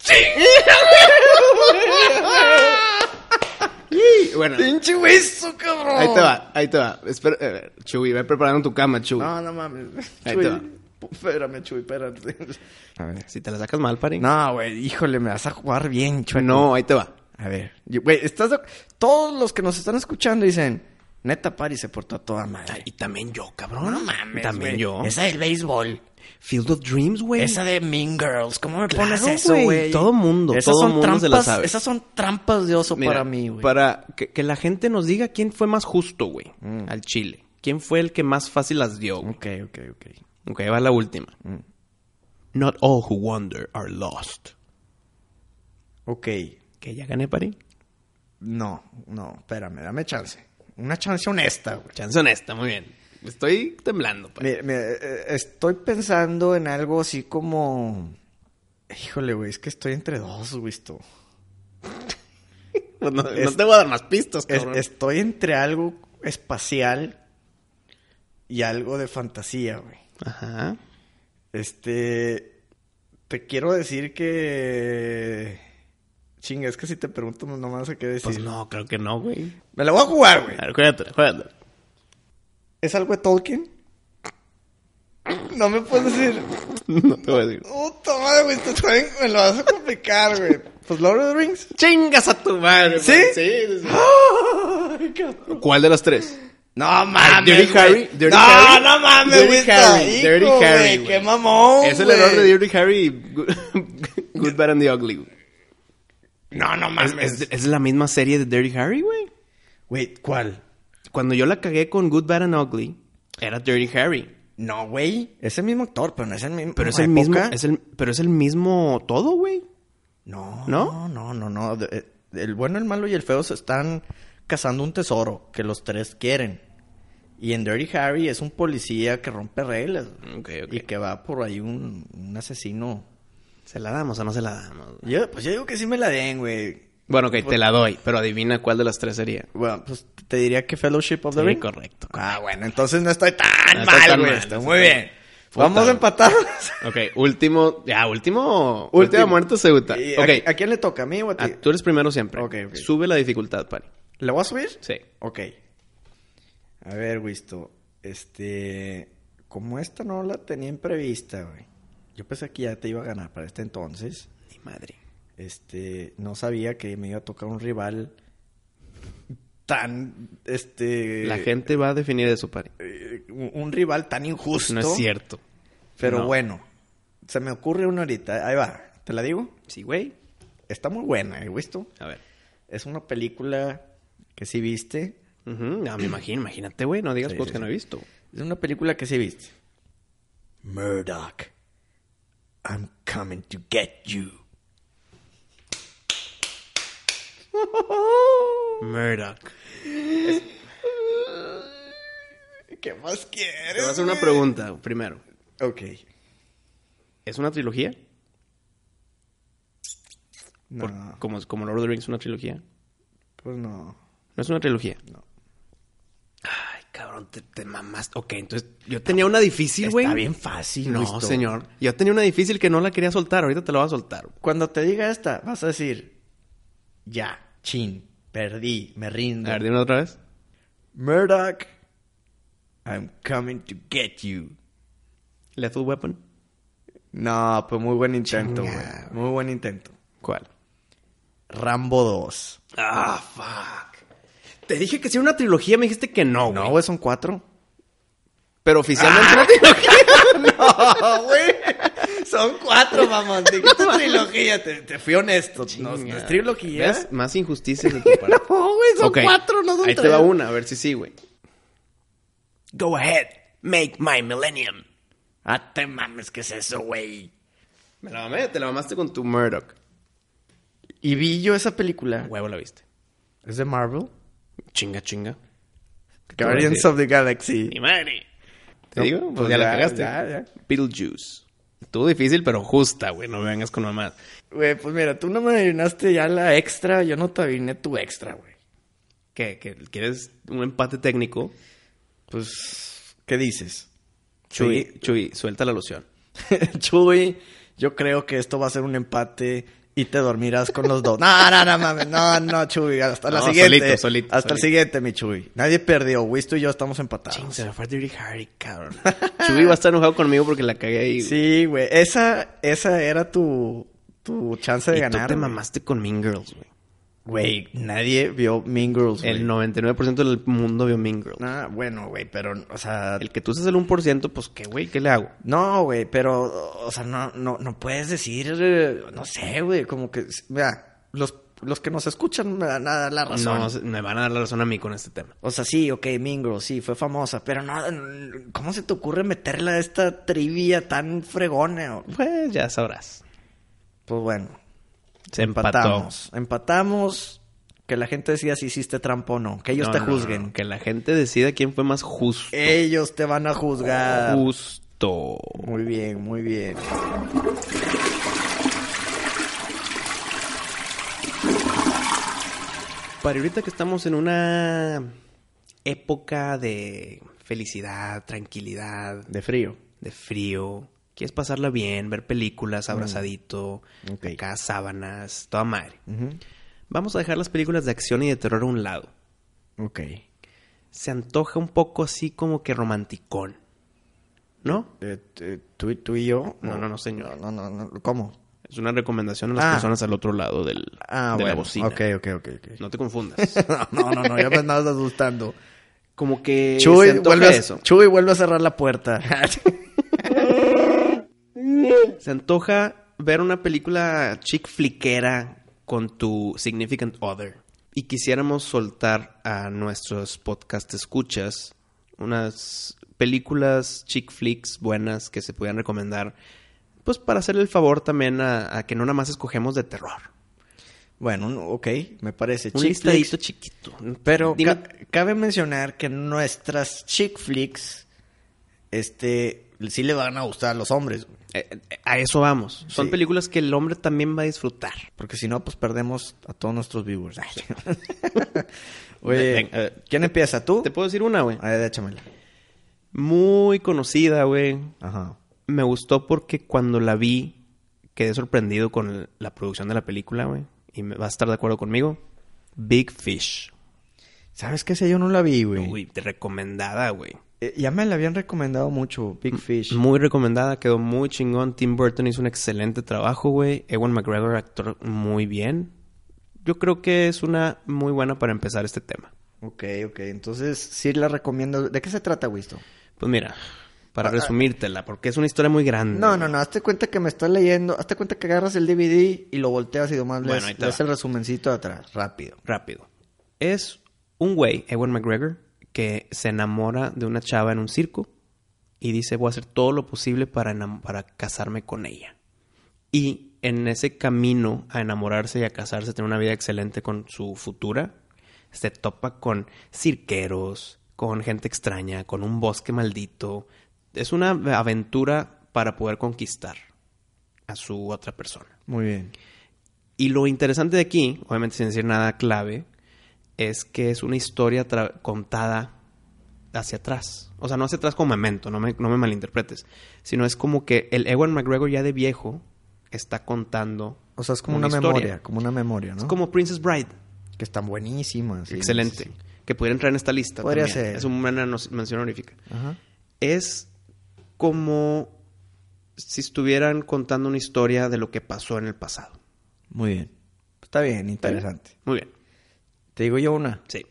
Speaker 1: ¡Sí! bueno.
Speaker 2: ¡Pinche Wisto, cabrón!
Speaker 1: Ahí te va, ahí te va. Espera, a ver, Chuy, ve preparando tu cama, Chuy.
Speaker 2: No, no mames.
Speaker 1: Ahí
Speaker 2: Chuy,
Speaker 1: te va.
Speaker 2: pu- Espérame, Chuy, espérate. A ver.
Speaker 1: Si te la sacas mal, pari.
Speaker 2: No, güey, híjole, me vas a jugar bien, Chuy.
Speaker 1: No, ahí te va.
Speaker 2: A ver, yo- güey, estás de- todos los que nos están escuchando dicen, neta Pari se portó a toda madre.
Speaker 1: Y también yo, cabrón.
Speaker 2: No mames,
Speaker 1: También
Speaker 2: güey.
Speaker 1: yo.
Speaker 2: Esa del béisbol,
Speaker 1: Field of Dreams, güey.
Speaker 2: esa de Mean Girls, ¿cómo me
Speaker 1: Claro,
Speaker 2: pones eso,
Speaker 1: güey.
Speaker 2: güey?
Speaker 1: Todo mundo, todo
Speaker 2: son
Speaker 1: mundo
Speaker 2: trampas,
Speaker 1: se la sabe.
Speaker 2: Esas son trampas de oso
Speaker 1: Mira,
Speaker 2: para mí, güey.
Speaker 1: Para que, que la gente nos diga quién fue más justo, güey,
Speaker 2: Mm.
Speaker 1: al Chile. ¿Quién fue el que más fácil las dio? güey?
Speaker 2: Ok, ok, ok.
Speaker 1: Ok, ahí va la última.
Speaker 2: Mm.
Speaker 1: Not all who wander are lost.
Speaker 2: Ok,
Speaker 1: Que ya gané, pari.
Speaker 2: no, no, espérame, dame chance. Una chance honesta, güey.
Speaker 1: Chance honesta, muy bien. Estoy temblando, pari.
Speaker 2: Me- me- eh, estoy pensando en algo así como... Híjole, güey, es que estoy entre dos, güey, esto.
Speaker 1: Pues no, no
Speaker 2: es-
Speaker 1: te voy a dar más pistas,
Speaker 2: Es-
Speaker 1: cabrón.
Speaker 2: estoy entre algo espacial y algo de fantasía, güey.
Speaker 1: Ajá.
Speaker 2: Este. Te quiero decir que. Chinga, es que si te pregunto, no me vas a qué decir.
Speaker 1: Pues no, creo que no, güey.
Speaker 2: Me la voy a jugar, güey.
Speaker 1: A ver, juégatela, juégatela.
Speaker 2: ¿Es algo de Tolkien? No me puedes decir.
Speaker 1: No te voy a decir.
Speaker 2: Puta madre, güey. esto también me lo vas a complicar, güey. Pues Lord of the Rings.
Speaker 1: ¡Chingas a tu madre!
Speaker 2: ¿Sí?
Speaker 1: güey. Sí, sí, sí.
Speaker 2: Ay, cabrón.
Speaker 1: ¿Cuál de las tres?
Speaker 2: No
Speaker 1: Ah,
Speaker 2: mames.
Speaker 1: Dirty
Speaker 2: güey.
Speaker 1: Harry, Dirty
Speaker 2: no,
Speaker 1: Harry.
Speaker 2: no mames,
Speaker 1: Dirty
Speaker 2: güey.
Speaker 1: Harry,
Speaker 2: hijo,
Speaker 1: Dirty
Speaker 2: güey,
Speaker 1: Harry, güey.
Speaker 2: Qué mamón.
Speaker 1: es el
Speaker 2: güey.
Speaker 1: error de Dirty Harry y Good, Good, Bad and the Ugly. güey.
Speaker 2: No, no
Speaker 1: Es,
Speaker 2: mames.
Speaker 1: es- es la misma serie de Dirty Harry, güey.
Speaker 2: Güey, ¿cuál?
Speaker 1: Cuando yo la cagué con Good, Bad and Ugly, era Dirty Harry.
Speaker 2: No, güey. Es el mismo actor, pero no es el mismo.
Speaker 1: Pero es el mismo, es el, pero es el mismo todo, güey.
Speaker 2: No, no,
Speaker 1: ¿No?
Speaker 2: no, no, no. De- eh, El bueno, el malo y el feo se están cazando un tesoro que los tres quieren. Y en Dirty Harry es un policía que rompe reglas. güey.
Speaker 1: Ok, ok.
Speaker 2: Y que va por ahí un, un asesino.
Speaker 1: ¿Se la damos o no se la damos? güey?
Speaker 2: Yo, pues yo digo que sí me la den, güey.
Speaker 1: Bueno, ok, te la doy, pero adivina cuál de las tres sería.
Speaker 2: Bueno, pues te diría que Fellowship of the
Speaker 1: Sí,
Speaker 2: Ring.
Speaker 1: correcto.
Speaker 2: Ah, bueno, entonces no estoy tan
Speaker 1: No estoy
Speaker 2: mal,
Speaker 1: tan
Speaker 2: güey.
Speaker 1: mal,
Speaker 2: Está
Speaker 1: no
Speaker 2: muy
Speaker 1: estoy-
Speaker 2: bien.
Speaker 1: Puta,
Speaker 2: Vamos
Speaker 1: güey.
Speaker 2: empatados.
Speaker 1: Ok, último. Ya, último.
Speaker 2: Último.
Speaker 1: Última muerte segura.
Speaker 2: Y a-
Speaker 1: Ok.
Speaker 2: ¿A, quién le toca? ¿A mí o a ti?
Speaker 1: Ah, tú eres primero siempre.
Speaker 2: Ok, ok.
Speaker 1: Sube la dificultad, Pari.
Speaker 2: ¿La voy a subir?
Speaker 1: Sí.
Speaker 2: Ok. A ver, Wisto. Este. Como esta no la tenían prevista, güey. Yo pensé que ya te iba a ganar para este entonces.
Speaker 1: Ni madre.
Speaker 2: Este. No sabía que me iba a tocar un rival tan. Este.
Speaker 1: La gente va a definir eso, Pari.
Speaker 2: eh, un un rival tan injusto.
Speaker 1: No es cierto.
Speaker 2: Pero
Speaker 1: No.
Speaker 2: bueno. Se me ocurre una ahorita. Ahí va. ¿Te la digo?
Speaker 1: Sí, güey.
Speaker 2: Está muy buena, ¿eh, Wisto?
Speaker 1: A ver.
Speaker 2: Es una película que sí viste.
Speaker 1: Ujú, no, me imagino, imagínate, güey. No digas
Speaker 2: Sí,
Speaker 1: cosas
Speaker 2: sí,
Speaker 1: que
Speaker 2: sí.
Speaker 1: no he visto.
Speaker 2: Es una película que sí viste. Murdoch, I'm coming to get you.
Speaker 1: Murdoch.
Speaker 2: ¿Qué más quieres?
Speaker 1: Te voy a hacer una pregunta primero.
Speaker 2: Ok.
Speaker 1: ¿Es una trilogía?
Speaker 2: No,
Speaker 1: Por- como, como Lord of the Rings es una trilogía.
Speaker 2: pues no.
Speaker 1: No es una trilogía.
Speaker 2: No.
Speaker 1: cabrón, te, te mamaste. Ok, entonces yo tenía una difícil, güey.
Speaker 2: Está bien fácil,
Speaker 1: No,
Speaker 2: Luis, todo.
Speaker 1: señor. Yo tenía una difícil que no la quería soltar. Ahorita te la voy a soltar.
Speaker 2: Cuando te diga esta, vas a decir, ya, chin, perdí, me rindo.
Speaker 1: A ver, dime otra vez.
Speaker 2: Murdoch, I'm coming to get you.
Speaker 1: Lethal Weapon.
Speaker 2: No, pues muy buen intento, güey.
Speaker 1: Chinga,
Speaker 2: Muy buen intento.
Speaker 1: ¿Cuál?
Speaker 2: Rambo 2.
Speaker 1: Ah, fuck. Te dije que si era una trilogía, me dijiste que no,
Speaker 2: No,
Speaker 1: güey.
Speaker 2: güey, Ah, son cuatro.
Speaker 1: Pero oficialmente una trilogía.
Speaker 2: No, güey. Son cuatro, mamón. Te dijiste trilogía. Te, te fui honesto. No, no es trilogía.
Speaker 1: ¿Ves? Más injusticias de tu parte.
Speaker 2: No, güey, son
Speaker 1: Ok.
Speaker 2: cuatro, no son
Speaker 1: Ahí
Speaker 2: tres.
Speaker 1: te va una, a ver si sí, güey.
Speaker 3: Go ahead, make my millennium.
Speaker 2: Ah, te mames, ¿qué es eso, güey?
Speaker 1: Me la mamé, te la mamaste con tu Murdoch.
Speaker 2: Y vi yo esa película.
Speaker 1: Huevo la viste.
Speaker 2: Es de Marvel.
Speaker 1: Chinga, chinga.
Speaker 2: Guardians of the Galaxy.
Speaker 1: Mi madre. ¿Te
Speaker 2: No,
Speaker 1: digo? Pues,
Speaker 2: pues
Speaker 1: ya, la
Speaker 2: ya,
Speaker 1: cagaste.
Speaker 2: ya, ya.
Speaker 1: Beetlejuice. Estuvo difícil, pero justa, güey. No me vengas con mamás.
Speaker 2: Güey, pues mira, tú no me adivinaste ya la extra. Yo no te adiviné tu extra, güey.
Speaker 1: ¿Qué? ¿Qué? ¿Quieres un empate técnico?
Speaker 2: Pues, ¿qué dices?
Speaker 1: Chuy, Chuy, suelta la alusión.
Speaker 2: Chuy, yo creo que esto va a ser un empate y te dormirás con los dos. No, no, no mames, no, no, Chuy, hasta la
Speaker 1: No,
Speaker 2: siguiente.
Speaker 1: solito, solito,
Speaker 2: hasta el
Speaker 1: solito.
Speaker 2: siguiente, mi Chuy. Nadie perdió, Wiz, tú y yo estamos empatados.
Speaker 1: Ching, se me fue Dirty Harry, cabrón. Ah, Chuy va a estar enojado conmigo porque la cagué ahí.
Speaker 2: Sí, güey, esa, esa era tu, tu chance de
Speaker 1: y
Speaker 2: ganar.
Speaker 1: tú te
Speaker 2: güey.
Speaker 1: mamaste con Mean Girls, güey.
Speaker 2: Güey, nadie vio Mean Girls, güey.
Speaker 1: El 99% del mundo vio Mean Girls.
Speaker 2: Ah, bueno, güey, pero, o sea...
Speaker 1: El que tú seas el 1%, pues qué, güey, ¿qué le hago?
Speaker 2: No, güey, pero, o sea, no, no, no puedes decir, eh, no sé, güey, como que, mira, los, los que nos escuchan me dan a dar la razón.
Speaker 1: No, se- me van a dar la razón a mí con este tema.
Speaker 2: O sea, sí, ok, Mingro, sí, fue famosa, pero no, n- ¿cómo se te ocurre meterla a esta trivia tan fregona?
Speaker 1: Pues ya sabrás.
Speaker 2: Pues bueno,
Speaker 1: Se empató.
Speaker 2: empatamos. Empatamos, que la gente decida si hiciste trampa o no, que ellos
Speaker 1: No,
Speaker 2: te
Speaker 1: no,
Speaker 2: juzguen.
Speaker 1: no, que la gente decida quién fue más justo.
Speaker 2: Ellos te van a juzgar.
Speaker 1: Justo.
Speaker 2: Muy bien, muy bien.
Speaker 1: Para ahorita que estamos en una época de felicidad, tranquilidad,
Speaker 2: De frío.
Speaker 1: de frío. Quieres pasarla bien, ver películas abrazadito,
Speaker 2: Ok.
Speaker 1: acá sábanas, toda madre. Vamos a dejar las películas de acción y de terror a un lado.
Speaker 2: Ok. Eh,
Speaker 1: Se antoja un poco así como que romanticón. ¿No?
Speaker 2: Eh, t- eh, ¿tú, tú y yo?
Speaker 1: No,
Speaker 2: ¿O-
Speaker 1: no, no, señor.
Speaker 2: No, no, no, ¿Cómo?
Speaker 1: Es una recomendación a las
Speaker 2: Ah.
Speaker 1: personas al otro lado del,
Speaker 2: Ah,
Speaker 1: de
Speaker 2: bueno.
Speaker 1: la bocina.
Speaker 2: Ok, ok, ok. ok.
Speaker 1: No te confundas.
Speaker 2: No, no, no, ya me andabas asustando.
Speaker 1: Como que se
Speaker 2: Chuy
Speaker 1: antoja
Speaker 2: vuelve, a,
Speaker 1: eso.
Speaker 2: Chuy vuelve a cerrar la puerta.
Speaker 1: Se antoja ver una película chick fliquera con tu significant other. Y quisiéramos soltar a nuestros podcast escuchas unas películas chick flicks buenas que se pudieran recomendar. Pues para hacerle el favor también a, a que no nada más escogemos de terror.
Speaker 2: bueno, un- ok, me parece.
Speaker 1: Un
Speaker 2: Chick
Speaker 1: listadito
Speaker 2: flicks.
Speaker 1: chiquito.
Speaker 2: Pero
Speaker 1: Dime-
Speaker 2: ca- cabe mencionar que nuestras chick flicks, este, sí le van a gustar a los hombres. güey.
Speaker 1: eh, eh, a eso vamos. Son
Speaker 2: Sí.
Speaker 1: películas que el hombre también va a disfrutar.
Speaker 2: Porque si no, pues perdemos a todos nuestros viewers. Ay.
Speaker 1: Ven,
Speaker 2: Oye,
Speaker 1: eh,
Speaker 2: ¿quién empieza? ¿Tú?
Speaker 1: Te puedo decir una, güey.
Speaker 2: A ver, échamela.
Speaker 1: Muy conocida, güey.
Speaker 2: Ajá.
Speaker 1: Me gustó porque cuando la vi quedé sorprendido con el- la producción de la película, güey. Y me, vas a estar de acuerdo conmigo. Big Fish.
Speaker 2: ¿Sabes qué? Esa yo no la vi, güey.
Speaker 1: Uy, te recomendada, güey.
Speaker 2: Eh, ya me la habían recomendado mucho,
Speaker 1: Mm,
Speaker 2: Big Fish.
Speaker 1: Muy recomendada, quedó muy chingón. Tim Burton hizo un excelente trabajo, güey. Ewan McGregor, actor muy bien. Yo creo que es una muy buena para empezar este tema.
Speaker 2: Ok, ok. Entonces, sí la recomiendo. ¿De qué se trata, Wisto?
Speaker 1: Pues mira, para
Speaker 2: Ah, ah.
Speaker 1: resumírtela, porque es una historia muy grande.
Speaker 2: No,
Speaker 1: güey.
Speaker 2: no, no. Hazte cuenta que me estoy leyendo. Hazte cuenta que agarras el DVD y lo volteas y nomás
Speaker 1: Bueno,
Speaker 2: lees,
Speaker 1: ahí te
Speaker 2: lees
Speaker 1: va.
Speaker 2: el resumencito de atrás. Rápido.
Speaker 1: rápido. Es un güey, Ewan McGregor, que se enamora de una chava en un circo y dice, voy a hacer todo lo posible para, enam- para casarme con ella. Y en ese camino a enamorarse y a casarse, tener una vida excelente con su futura, se topa con cirqueros, con gente extraña, con un bosque maldito. Es una aventura para poder conquistar a su otra persona.
Speaker 2: Muy bien.
Speaker 1: Y lo interesante de aquí, obviamente sin decir nada clave, es que es una historia tra- contada hacia atrás. O sea, no hacia atrás como memento, no me, no me malinterpretes. Sino es como que el Ewan McGregor ya de viejo está contando.
Speaker 2: O sea, es como una,
Speaker 1: historia.
Speaker 2: memoria, como una memoria, ¿no?
Speaker 1: Es como Princess Bride.
Speaker 2: Que están buenísimas. sí,
Speaker 1: Excelente.
Speaker 2: sí,
Speaker 1: Que pudiera entrar en esta lista.
Speaker 2: Podría
Speaker 1: también.
Speaker 2: ser.
Speaker 1: Es una buena no- mención honorífica.
Speaker 2: sí. Ajá.
Speaker 1: Es como si estuvieran contando una historia de lo que pasó en el pasado.
Speaker 2: Muy bien. Está bien, interesante.
Speaker 1: Muy bien.
Speaker 2: Te digo yo una.
Speaker 1: Sí.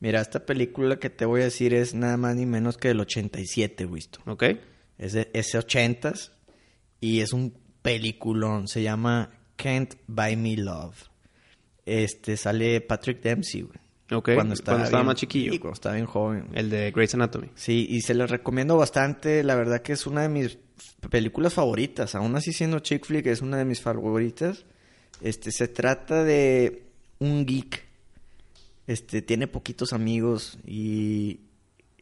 Speaker 2: Mira, esta película que te voy a decir es nada más ni menos que del 87, Wisto.
Speaker 1: ¿Ok?
Speaker 2: Es de es de 80s y es un peliculón. Se llama Can't Buy Me Love. Este sale Patrick Dempsey, güey.
Speaker 1: Ok, cuando estaba más chiquillo.
Speaker 2: Cuando estaba bien joven. güey.
Speaker 1: El de Grey's Anatomy.
Speaker 2: Sí, y se les recomiendo bastante. La verdad que es una de mis películas favoritas. Aún así siendo chick flick, es una de mis favoritas. Este, se trata de un geek. Este, tiene poquitos amigos y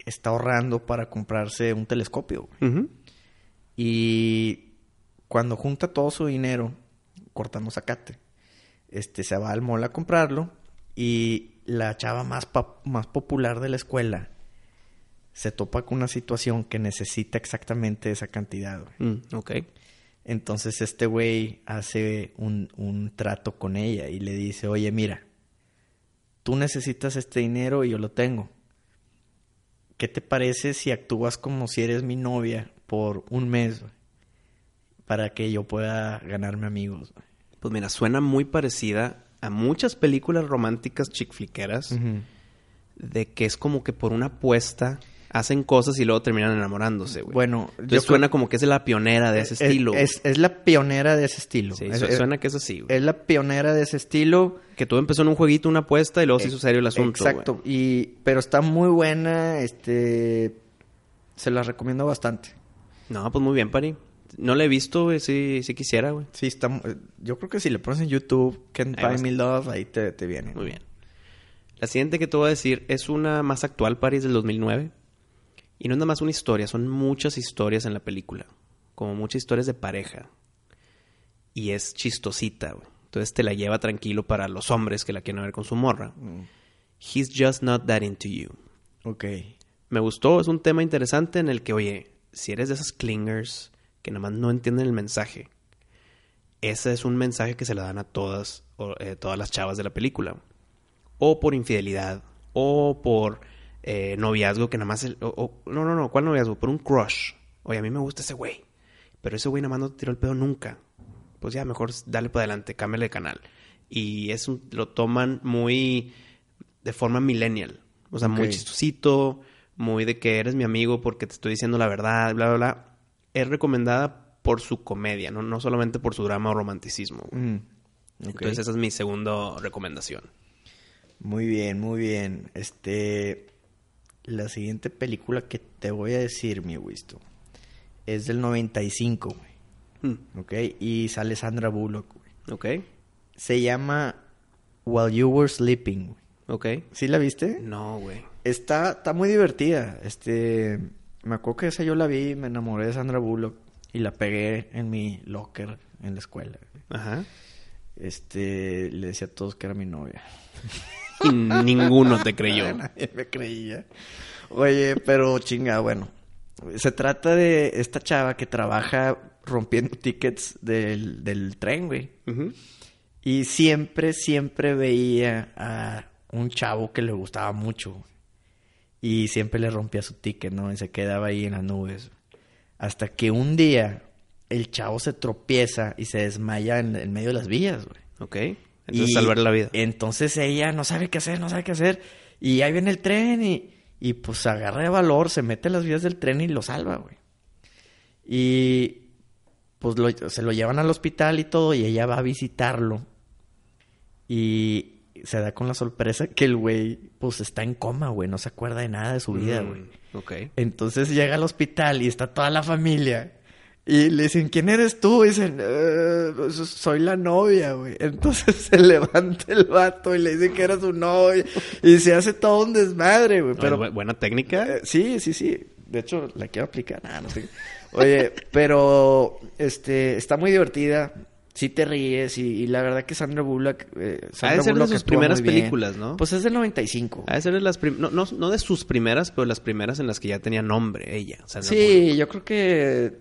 Speaker 2: está ahorrando para comprarse un telescopio. güey.
Speaker 1: Ujú.
Speaker 2: Y cuando junta todo su dinero, cortando zacate, este, se va al mall a comprarlo y la chava más, pa- más popular de la escuela se topa con una situación que necesita exactamente esa cantidad. güey.
Speaker 1: Mm, ok.
Speaker 2: Entonces este güey hace un, un trato con ella y le dice, oye, mira, tú necesitas este dinero y yo lo tengo. ¿Qué te parece si actúas como si eres mi novia por un mes güey? para que yo pueda ganarme amigos? güey?"
Speaker 1: Pues mira, suena muy parecida a muchas películas románticas chick flickeras de que es como que por una apuesta hacen cosas y luego terminan enamorándose, güey.
Speaker 2: Bueno, yo
Speaker 1: Entonces
Speaker 2: creo- Eh,
Speaker 1: suena como que es la pionera de ese
Speaker 2: Es-
Speaker 1: estilo. güey.
Speaker 2: Es, es la pionera de ese estilo.
Speaker 1: Sí,
Speaker 2: Es- eh,
Speaker 1: su-
Speaker 2: es-
Speaker 1: suena que es así, güey.
Speaker 2: es la pionera de ese estilo.
Speaker 1: Que todo empezó en un jueguito, una apuesta y luego se hizo serio el asunto.
Speaker 2: eh, Exacto.
Speaker 1: güey.
Speaker 2: Y, pero está muy buena. Este, se la recomiendo bastante.
Speaker 1: No, pues muy bien, Pari. No la he visto, güey. Sí, sí quisiera, güey.
Speaker 2: Sí, está. mu- eh, Yo creo que si le pones en YouTube, Can't
Speaker 1: Ahí va a
Speaker 2: Buy Me Love, ahí te, te viene.
Speaker 1: Muy bien. La siguiente que te voy a decir es una más actual, París, del 2009. Y no es nada más una historia, son muchas historias en la película. Como muchas historias de pareja. Y es chistosita, güey. Entonces te la lleva tranquilo para los hombres que la quieren ver con su morra. He's just not that into you.
Speaker 2: Mm, Ok.
Speaker 1: Me gustó, es un tema interesante en el que, oye, si eres de esas clingers que nada más no entienden el mensaje, ese es un mensaje que se le dan a todas, o, eh, todas las chavas de la película. O por infidelidad, o por eh, noviazgo que nada más... el- o- o- no, no, no, ¿cuál noviazgo? Por un crush. Oye, a mí me gusta ese güey, pero ese güey nada más no te tiró el pedo nunca. Pues ya, mejor dale para adelante, cámbiale de canal. Y es un- lo toman muy de forma millennial. O sea, muy
Speaker 2: Ok.
Speaker 1: chistosito, muy de que eres mi amigo porque te estoy diciendo la verdad, bla, bla, bla. Es recomendada por su comedia, no, no solamente por su drama o romanticismo. güey.
Speaker 2: Mm, ok.
Speaker 1: Entonces esa es mi segunda recomendación.
Speaker 2: Muy bien, muy bien. Este. La siguiente película que te voy a decir, mi Wisto, es del 95, güey.
Speaker 1: Mm,
Speaker 2: Ok. Y sale Sandra Bullock, güey.
Speaker 1: Ok,
Speaker 2: Se llama While You Were Sleeping, güey.
Speaker 1: ok.
Speaker 2: ¿Sí la viste?
Speaker 1: No, güey.
Speaker 2: Está, está muy divertida. Este, me acuerdo que esa yo la vi, me enamoré de Sandra Bullock y la pegué en mi locker en la escuela.
Speaker 1: Ajá.
Speaker 2: Este, le decía a todos que era mi novia.
Speaker 1: Y ninguno te creyó.
Speaker 2: Nadie me creía. Oye, pero chinga, bueno. Se trata de esta chava que trabaja rompiendo tickets del, del tren, güey.
Speaker 1: Ujú.
Speaker 2: Y siempre, siempre veía a un chavo que le gustaba mucho. Y siempre le rompía su ticket, ¿no? Y se quedaba ahí en las nubes. Hasta que un día el chavo se tropieza y se desmaya en, en medio de las vías, güey.
Speaker 1: Ok. Entonces
Speaker 2: Y
Speaker 1: salvar la vida.
Speaker 2: Entonces ella no sabe qué hacer, no sabe qué hacer. Y ahí viene el tren y, y pues agarra de valor, se mete a las vías del tren y lo salva, güey. Y pues lo- se lo llevan al hospital y todo y ella va a visitarlo. Y se da con la sorpresa que el güey pues está en coma, güey. No se acuerda de nada de su vida,
Speaker 1: Mm,
Speaker 2: güey.
Speaker 1: Ok.
Speaker 2: Entonces llega al hospital y está toda la familia. Y le dicen, ¿quién eres tú? Y dicen, "Eh, pues, soy la novia, güey. Entonces se levanta el vato y le dice que era su novia. Y se hace todo un desmadre, güey.
Speaker 1: Pero,
Speaker 2: Pero,
Speaker 1: buena técnica.
Speaker 2: eh, sí, sí, sí. De hecho, Ah, la quiero aplicar. Nah, no sé. Oye, pero este está muy divertida. sí te ríes y, y la verdad que Sandra Bullock... eh,
Speaker 1: Ha
Speaker 2: Sandra
Speaker 1: de ser de
Speaker 2: Bullock
Speaker 1: sus
Speaker 2: actúa
Speaker 1: primeras
Speaker 2: muy bien.
Speaker 1: películas, ¿no?
Speaker 2: Pues es del 95.
Speaker 1: Ha de ser de las prim- no, no, no de sus primeras, pero las primeras en las que ya tenía nombre ella. o sea, no-
Speaker 2: Sí, yo creo que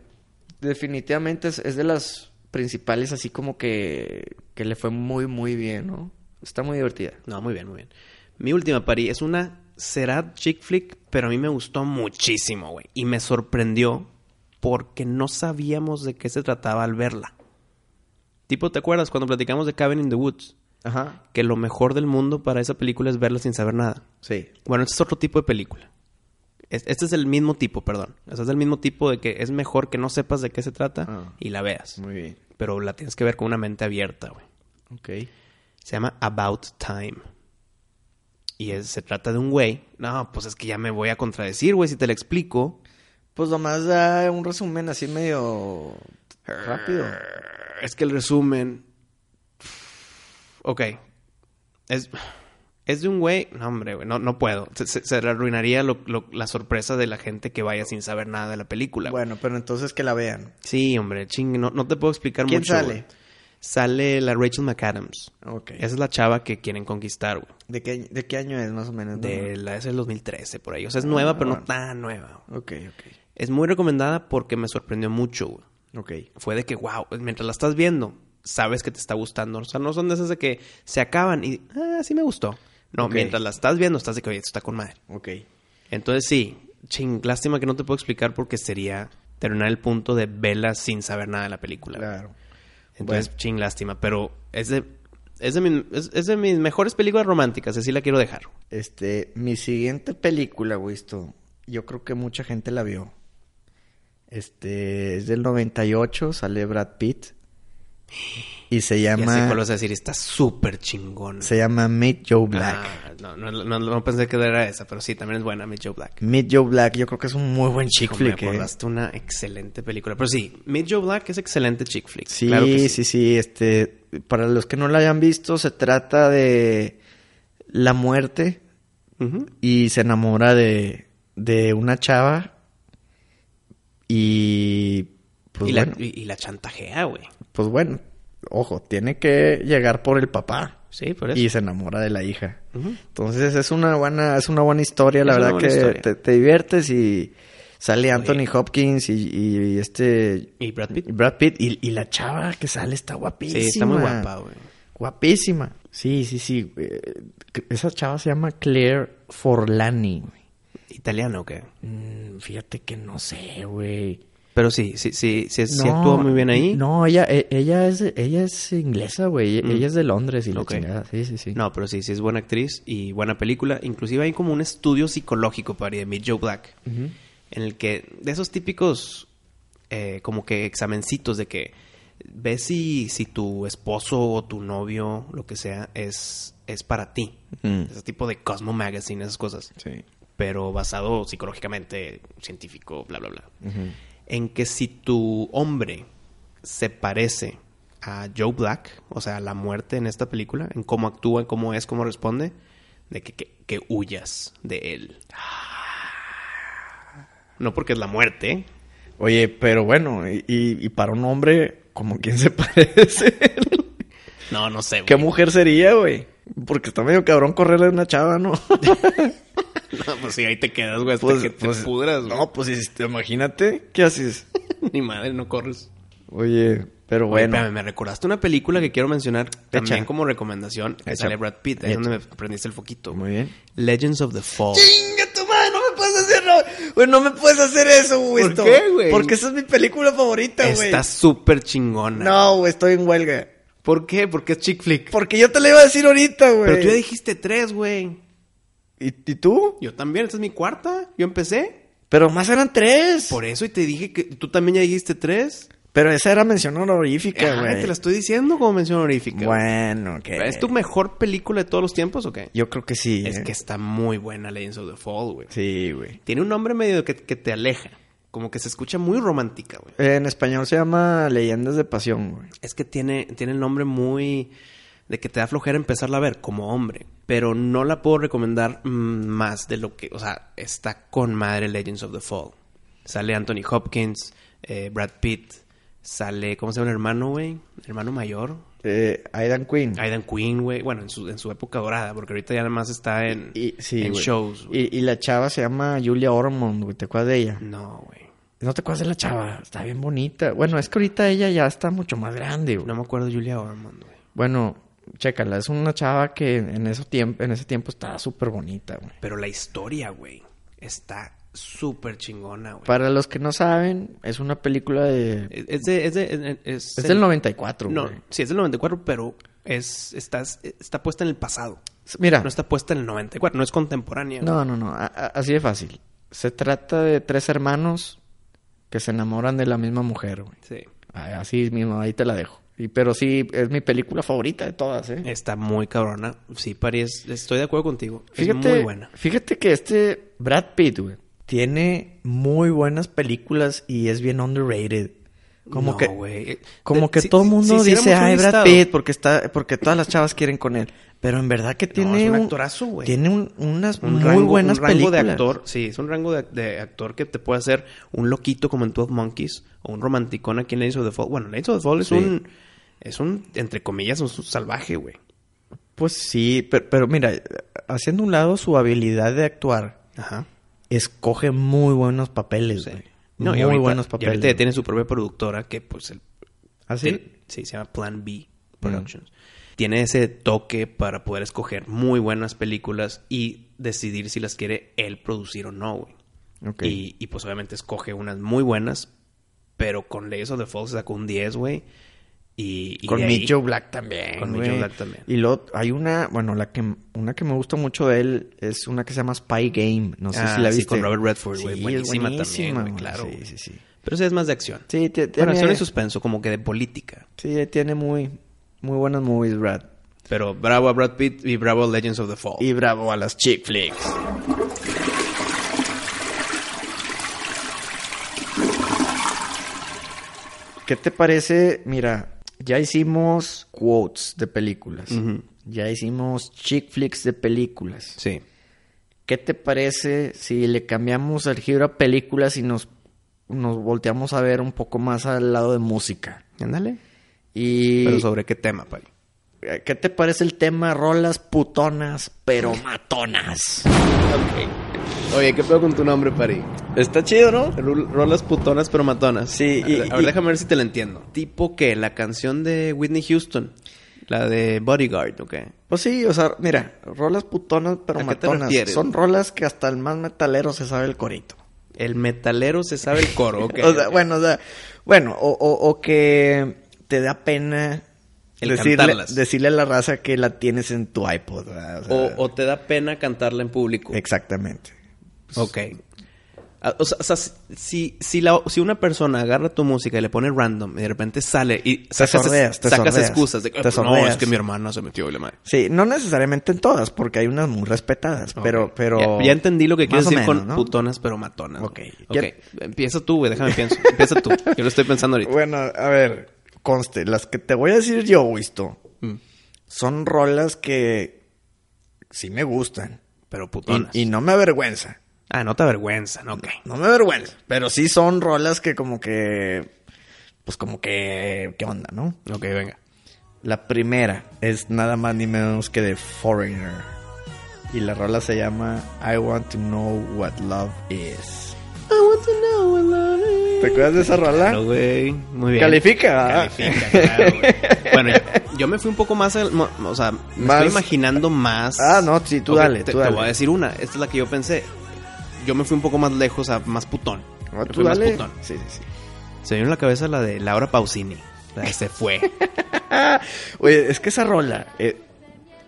Speaker 2: definitivamente es, es de las principales así como que, que le fue muy, muy bien, ¿no? Está muy divertida.
Speaker 1: No, muy bien, muy bien. Mi última pari es una será chick flick, pero a mí me gustó muchísimo, güey. Y me sorprendió porque no sabíamos de qué se trataba al verla. Tipo, ¿te acuerdas cuando platicamos de Cabin in the Woods?
Speaker 2: Ajá.
Speaker 1: Que lo mejor del mundo para esa película es verla sin saber nada.
Speaker 2: Sí.
Speaker 1: Bueno, este es otro tipo de película. Es- Este es el mismo tipo, perdón. O sea, es el mismo tipo de que es mejor que no sepas de qué se trata
Speaker 2: Ah.
Speaker 1: y la veas.
Speaker 2: Muy bien.
Speaker 1: Pero la tienes que ver con una mente abierta, güey.
Speaker 2: Ok.
Speaker 1: Se llama About Time. Y es- se trata de un güey. No, pues es que ya me voy a contradecir, güey, si te lo explico.
Speaker 2: Pues nomás da un resumen así medio rápido.
Speaker 1: Es que el resumen. Ok. Es, es de un güey. No, hombre, güey, no, no puedo. Se, se- se le arruinaría lo- lo- la sorpresa de la gente que vaya sin saber nada de la película. güey.
Speaker 2: Bueno, pero entonces que la vean.
Speaker 1: Sí, hombre, ching, no, no te puedo explicar
Speaker 2: ¿Quién
Speaker 1: mucho.
Speaker 2: sale?
Speaker 1: güey. Sale la Rachel McAdams.
Speaker 2: Ok.
Speaker 1: Esa es la chava que quieren conquistar, güey.
Speaker 2: ¿De, qué, ¿De qué año es más o menos?
Speaker 1: De la, es del 2013, por ahí. O sea, es nueva, pero no tan nueva.
Speaker 2: Ok, ok.
Speaker 1: Es muy recomendada porque me sorprendió mucho, güey.
Speaker 2: Ok.
Speaker 1: Fue de que, wow, mientras la estás viendo, sabes que te está gustando. O sea, no son de esas de que se acaban y, ah, sí me gustó. No,
Speaker 2: Ok.
Speaker 1: mientras la estás viendo, estás de que, oye, esto está con madre.
Speaker 2: Ok.
Speaker 1: Entonces, sí, ching, lástima que no te puedo explicar porque sería terminar el punto de vela sin saber nada de la película.
Speaker 2: Claro.
Speaker 1: Entonces,
Speaker 2: Bueno.
Speaker 1: ching, lástima. Pero es de, es, de mi- es- es de mis mejores películas románticas, así la quiero dejar.
Speaker 2: Este, mi siguiente película, güey, esto, yo creo que mucha gente la vio. Este, es del 98, sale Brad Pitt. Y se
Speaker 1: Ya sé
Speaker 2: llama,
Speaker 1: cuál vas a decir, está súper chingón.
Speaker 2: se llama Meet Joe Black.
Speaker 1: Ah, no, no, no, no pensé que era esa, pero sí, también es buena, Meet Joe Black.
Speaker 2: Meet Joe Black, yo creo que es un muy buen chick
Speaker 1: Hijo,
Speaker 2: flick.
Speaker 1: Me
Speaker 2: eh.
Speaker 1: acordaste una excelente película. Pero sí, Meet Joe Black es excelente chick flick.
Speaker 2: Sí,
Speaker 1: claro que
Speaker 2: sí, sí, Este, para los que no la hayan visto, se trata de la muerte
Speaker 1: Ujú.
Speaker 2: y se enamora de, de una chava y pues
Speaker 1: y,
Speaker 2: bueno,
Speaker 1: la, y, y la chantajea, güey.
Speaker 2: pues bueno, ojo, tiene que llegar por el papá
Speaker 1: Sí, por eso.
Speaker 2: y se enamora de la hija.
Speaker 1: Ujú.
Speaker 2: Entonces es una buena, es una buena historia, la
Speaker 1: Es una
Speaker 2: verdad
Speaker 1: buena
Speaker 2: que
Speaker 1: historia.
Speaker 2: te, te diviertes y sale Anthony Hopkins y, y este
Speaker 1: Y Brad Pitt.
Speaker 2: y Brad Pitt y, y la chava que sale está guapísima.
Speaker 1: Sí, está muy guapa, güey.
Speaker 2: Guapísima. Sí, sí, sí. eh, Esa chava se llama Claire Forlani. güey.
Speaker 1: ¿Italiano o qué?
Speaker 2: Mm, Fíjate que no sé, güey.
Speaker 1: Pero sí, sí, sí, sí, sí
Speaker 2: No,
Speaker 1: actuó muy bien ahí.
Speaker 2: No, ella, e- ella es, ella es inglesa, güey.
Speaker 1: Mm.
Speaker 2: Ella es de Londres y la
Speaker 1: Ok.
Speaker 2: chingada. Sí, sí, sí.
Speaker 1: No, pero sí, sí es buena actriz y buena película. Inclusive hay como un estudio psicológico para de Meet Joe Black. En el que, de esos típicos eh, como que examencitos de que ves si, si tu esposo o tu novio, lo que sea, es, es para ti.
Speaker 2: Ujú.
Speaker 1: Ese tipo de Cosmo Magazine, esas cosas.
Speaker 2: Mm. Sí.
Speaker 1: Pero basado psicológicamente, científico, bla, bla, bla. En que si tu hombre se parece a Joe Black, o sea, a la muerte en esta película, en cómo actúa, en cómo es, cómo responde, de que, que- que huyas de él. No porque es la muerte.
Speaker 2: Oye, pero bueno, y, y- y para un hombre, ¿como quién se parece?
Speaker 1: No, no sé. güey.
Speaker 2: ¿Qué mujer sería, güey? Porque está medio cabrón correrle a una chava, ¿no?
Speaker 1: No, pues sí, ahí te quedas, güey, hasta que te pudras. güey.
Speaker 2: pues, No, pues este, imagínate, ¿qué haces?
Speaker 1: Ni madre, no corres.
Speaker 2: Oye, pero
Speaker 1: Oye,
Speaker 2: bueno.
Speaker 1: espérame, me recordaste una película que quiero mencionar también
Speaker 2: Echa.
Speaker 1: como recomendación. Que
Speaker 2: Echa.
Speaker 1: sale Brad Pitt. Ahí es
Speaker 2: Echa.
Speaker 1: donde me prendiste el foquito. güey.
Speaker 2: Muy bien.
Speaker 1: Legends of the Fall.
Speaker 2: ¡Chinga tu madre! No me puedes hacer, no, güey, no me puedes hacer eso, güey.
Speaker 1: ¿Por
Speaker 2: esto.
Speaker 1: qué, güey?
Speaker 2: Porque esa es mi película favorita, güey.
Speaker 1: Está súper chingona.
Speaker 2: No, güey, estoy en huelga.
Speaker 1: ¿Por qué? Porque es chick flick.
Speaker 2: Porque yo te la iba a decir ahorita, güey.
Speaker 1: Pero tú ya dijiste tres, güey.
Speaker 2: ¿Y, y tú?
Speaker 1: Yo también, esta es mi cuarta. Yo empecé.
Speaker 2: Pero más eran tres.
Speaker 1: Por e- eso, y te dije que tú también ya dijiste tres.
Speaker 2: Pero esa era mención honorífica,
Speaker 1: Ah,
Speaker 2: güey.
Speaker 1: te la estoy diciendo como mención honorífica.
Speaker 2: Bueno, que.
Speaker 1: ¿Es tu mejor película de todos los tiempos o qué?
Speaker 2: Yo creo que sí.
Speaker 1: Es
Speaker 2: eh.
Speaker 1: que está muy buena Legends of the Fall, güey.
Speaker 2: Sí, güey.
Speaker 1: Tiene un nombre medio que, que te aleja. Como que se escucha muy romántica, güey.
Speaker 2: En español se llama Leyendas de Pasión, güey.
Speaker 1: Es que tiene, tiene el nombre muy... De que te da flojera empezarla a ver como hombre. Pero no la puedo recomendar mm, más de lo que... O sea, está con madre Legends of the Fall. Sale Anthony Hopkins, eh, Brad Pitt, Sale, ¿cómo se llama el hermano, güey? Hermano mayor.
Speaker 2: Eh, Aidan Quinn.
Speaker 1: Aidan Queen, güey. Bueno, en su, en su época dorada, porque ahorita ya nada más está en,
Speaker 2: Y, sí,
Speaker 1: en
Speaker 2: güey.
Speaker 1: shows, güey. Mm.
Speaker 2: Y, y la chava se llama Julia Ormond, güey. ¿Te acuerdas de ella?
Speaker 1: No, güey.
Speaker 2: ¿No te acuerdas de la chava? Está bien bonita. Bueno, es que ahorita ella ya está mucho más grande, güey.
Speaker 1: No me acuerdo de Julia Ormond, güey.
Speaker 2: Bueno, chécala. Es una chava que en, ese tiempo, en ese tiempo estaba súper bonita, güey.
Speaker 1: Pero la historia, güey, está súper chingona, güey.
Speaker 2: Para los que no saben, es una película de...
Speaker 1: Es de... Es, de- es-
Speaker 2: Es del 94,
Speaker 1: No,
Speaker 2: güey.
Speaker 1: sí, es del 94, pero es, está, está puesta en el pasado.
Speaker 2: Mira.
Speaker 1: No está puesta en el 94, no es contemporánea. güey.
Speaker 2: No, no, no. A- a- así de fácil. Se trata de tres hermanos que se enamoran de la misma mujer, güey.
Speaker 1: Sí.
Speaker 2: Ah, Así mismo, ahí te la dejo. Y, pero sí, es mi película favorita de todas, ¿eh?
Speaker 1: Está muy cabrona. Sí, Pari, es- estoy de acuerdo contigo.
Speaker 2: Fíjate,
Speaker 1: es muy buena.
Speaker 2: Fíjate que este Brad Pitt, güey, tiene muy buenas películas y es bien underrated. Como
Speaker 1: No,
Speaker 2: que
Speaker 1: güey.
Speaker 2: como
Speaker 1: De-
Speaker 2: que
Speaker 1: si-
Speaker 2: todo el
Speaker 1: si-
Speaker 2: mundo
Speaker 1: si
Speaker 2: dice,
Speaker 1: hiciéramos un
Speaker 2: "Ay, Brad
Speaker 1: listado".
Speaker 2: Pitt", porque está porque todas las chavas quieren con él, pero en verdad que tiene
Speaker 1: es un
Speaker 2: un
Speaker 1: actorazo, güey.
Speaker 2: Tiene un- unas
Speaker 1: Un
Speaker 2: muy
Speaker 1: rango,
Speaker 2: buenas
Speaker 1: un rango
Speaker 2: películas.
Speaker 1: de actor. Sí, es un rango de, de actor que te puede hacer un loquito como en 12 Monkeys o un romanticón aquí en Ladies of the Fall. Bueno, Ladies of the Fall es
Speaker 2: Sí.
Speaker 1: un, es un, entre comillas, un salvaje, güey.
Speaker 2: Pues sí, pero, pero mira, haciendo un lado su habilidad de actuar,
Speaker 1: Ajá.
Speaker 2: escoge muy buenos papeles,
Speaker 1: Sí.
Speaker 2: güey.
Speaker 1: No,
Speaker 2: muy
Speaker 1: y ahorita-
Speaker 2: buenos
Speaker 1: Y ahorita ya
Speaker 2: papeles. ¿Ah,
Speaker 1: tiene su propia productora que, pues, el,
Speaker 2: Así.
Speaker 1: Tiene- sí, se llama Plan B
Speaker 2: Mm.
Speaker 1: Productions. Tiene ese toque para poder escoger muy buenas películas y decidir si las quiere él producir o no, güey.
Speaker 2: Ok.
Speaker 1: Y, y, pues obviamente escoge unas muy buenas, pero con Ladies of the Fall se sacó un 10, güey. Y, y
Speaker 2: con
Speaker 1: de ahí-
Speaker 2: Mitch Joe Black también.
Speaker 1: Con Mitch
Speaker 2: güey.
Speaker 1: Joe Black también.
Speaker 2: Y luego hay una, bueno, la que una que me gusta mucho de él es una que se llama Spy Game. No sé
Speaker 1: Ah,
Speaker 2: si la
Speaker 1: sí,
Speaker 2: viste.
Speaker 1: con Robert Redford, güey.
Speaker 2: Sí, es
Speaker 1: Buenísima también, güey,
Speaker 2: güey.
Speaker 1: claro, güey.
Speaker 2: Sí, sí, sí.
Speaker 1: Pero esa es más de acción.
Speaker 2: Sí, ti-
Speaker 1: Bueno, acción
Speaker 2: tiene,
Speaker 1: y suspenso, como que de política.
Speaker 2: sí, tiene muy, muy buenas movies, Brad.
Speaker 1: Pero bravo a Brad Pitt y bravo a Legends of the Fall.
Speaker 2: Y bravo a las chick flicks. ¿Qué te parece? Mira, ya hicimos quotes de películas.
Speaker 1: Ujú.
Speaker 2: Ya hicimos chick flicks de películas.
Speaker 1: Sí.
Speaker 2: ¿Qué te parece si le cambiamos el giro a películas y nos, nos volteamos a ver un poco más al lado de música?
Speaker 1: Ándale.
Speaker 2: Y eh,
Speaker 1: Pero sobre qué tema, Pari.
Speaker 2: ¿qué te parece el tema rolas putonas pero matonas?
Speaker 1: Oye, ¿qué pedo con tu nombre, Pari?
Speaker 2: Está chido, ¿no?
Speaker 1: Ru- Rolas putonas pero matonas.
Speaker 2: Sí, y-
Speaker 1: A, ver, a ver,
Speaker 2: y-
Speaker 1: déjame ver si te la entiendo. Tipo que la canción de Whitney Houston, la de Bodyguard, ¿ok?
Speaker 2: Pues sí, o sea, mira, rolas putonas pero
Speaker 1: ¿A qué te
Speaker 2: matonas.
Speaker 1: refieres?
Speaker 2: Son rolas que hasta el más metalero se sabe el corito.
Speaker 1: El metalero se sabe el coro, ¿ok?
Speaker 2: o sea, bueno, o sea, bueno, o, o- o que te da pena
Speaker 1: El
Speaker 2: decirle,
Speaker 1: cantarlas.
Speaker 2: decirle a la raza que la tienes en tu iPod. ¿verdad? sea,
Speaker 1: O, o te da pena cantarla en público.
Speaker 2: Exactamente.
Speaker 1: Ok. Ah, O sea, o sea, si, si, la- si una persona agarra tu música y le pone random y de repente sale y sacas,
Speaker 2: sordeas, te
Speaker 1: sacas
Speaker 2: sordeas,
Speaker 1: excusas de que
Speaker 2: te
Speaker 1: "Ah, no,
Speaker 2: sordeas".
Speaker 1: es que mi hermana se metió y la madre.
Speaker 2: Sí, no necesariamente en todas, porque hay unas muy respetadas, pero,
Speaker 1: Ok.
Speaker 2: pero...
Speaker 1: Ya, ya entendí lo que
Speaker 2: más
Speaker 1: quieres
Speaker 2: o
Speaker 1: decir
Speaker 2: menos,
Speaker 1: con
Speaker 2: ¿no?
Speaker 1: putonas pero matonas.
Speaker 2: Ok.
Speaker 1: Ok.
Speaker 2: Ya-
Speaker 1: Empieza tú, güey. Déjame pienso. Empieza tú. Yo lo estoy pensando ahorita.
Speaker 2: Bueno, a ver, conste, las que te voy a decir yo, Wisto,
Speaker 1: Mm.
Speaker 2: son rolas que sí me gustan.
Speaker 1: Pero
Speaker 2: y-
Speaker 1: putonas.
Speaker 2: Y, no me avergüenza.
Speaker 1: Ah, no te avergüenzan. Ok.
Speaker 2: No me avergüenza. Pero sí son rolas que como que... Pues como que... ¿Qué onda, no?
Speaker 1: Ok, venga.
Speaker 2: La primera es nada más ni menos que de Foreigner. Y la rola se llama I Want to Know What Love Is. ¿Te acuerdas de esa rola?
Speaker 1: Claro, güey. Muy bien.
Speaker 2: Califica, ¿verdad?
Speaker 1: Califica, claro, güey. Bueno, yo, yo me fui un poco más. al- mo- o sea, me
Speaker 2: Más-
Speaker 1: estoy imaginando más.
Speaker 2: Ah, no, sí, tú
Speaker 1: Ok,
Speaker 2: dale,
Speaker 1: te,
Speaker 2: tú
Speaker 1: te
Speaker 2: dale.
Speaker 1: voy a decir una. Esta es la que yo pensé. Yo me fui un poco más lejos, a más putón.
Speaker 2: Ah,
Speaker 1: Me
Speaker 2: tú
Speaker 1: fui más
Speaker 2: dale.
Speaker 1: putón.
Speaker 2: Sí, sí, sí.
Speaker 1: Se me vino en la cabeza la de Laura Pausini. La de Se Fue.
Speaker 2: Oye, es que esa rola, eh,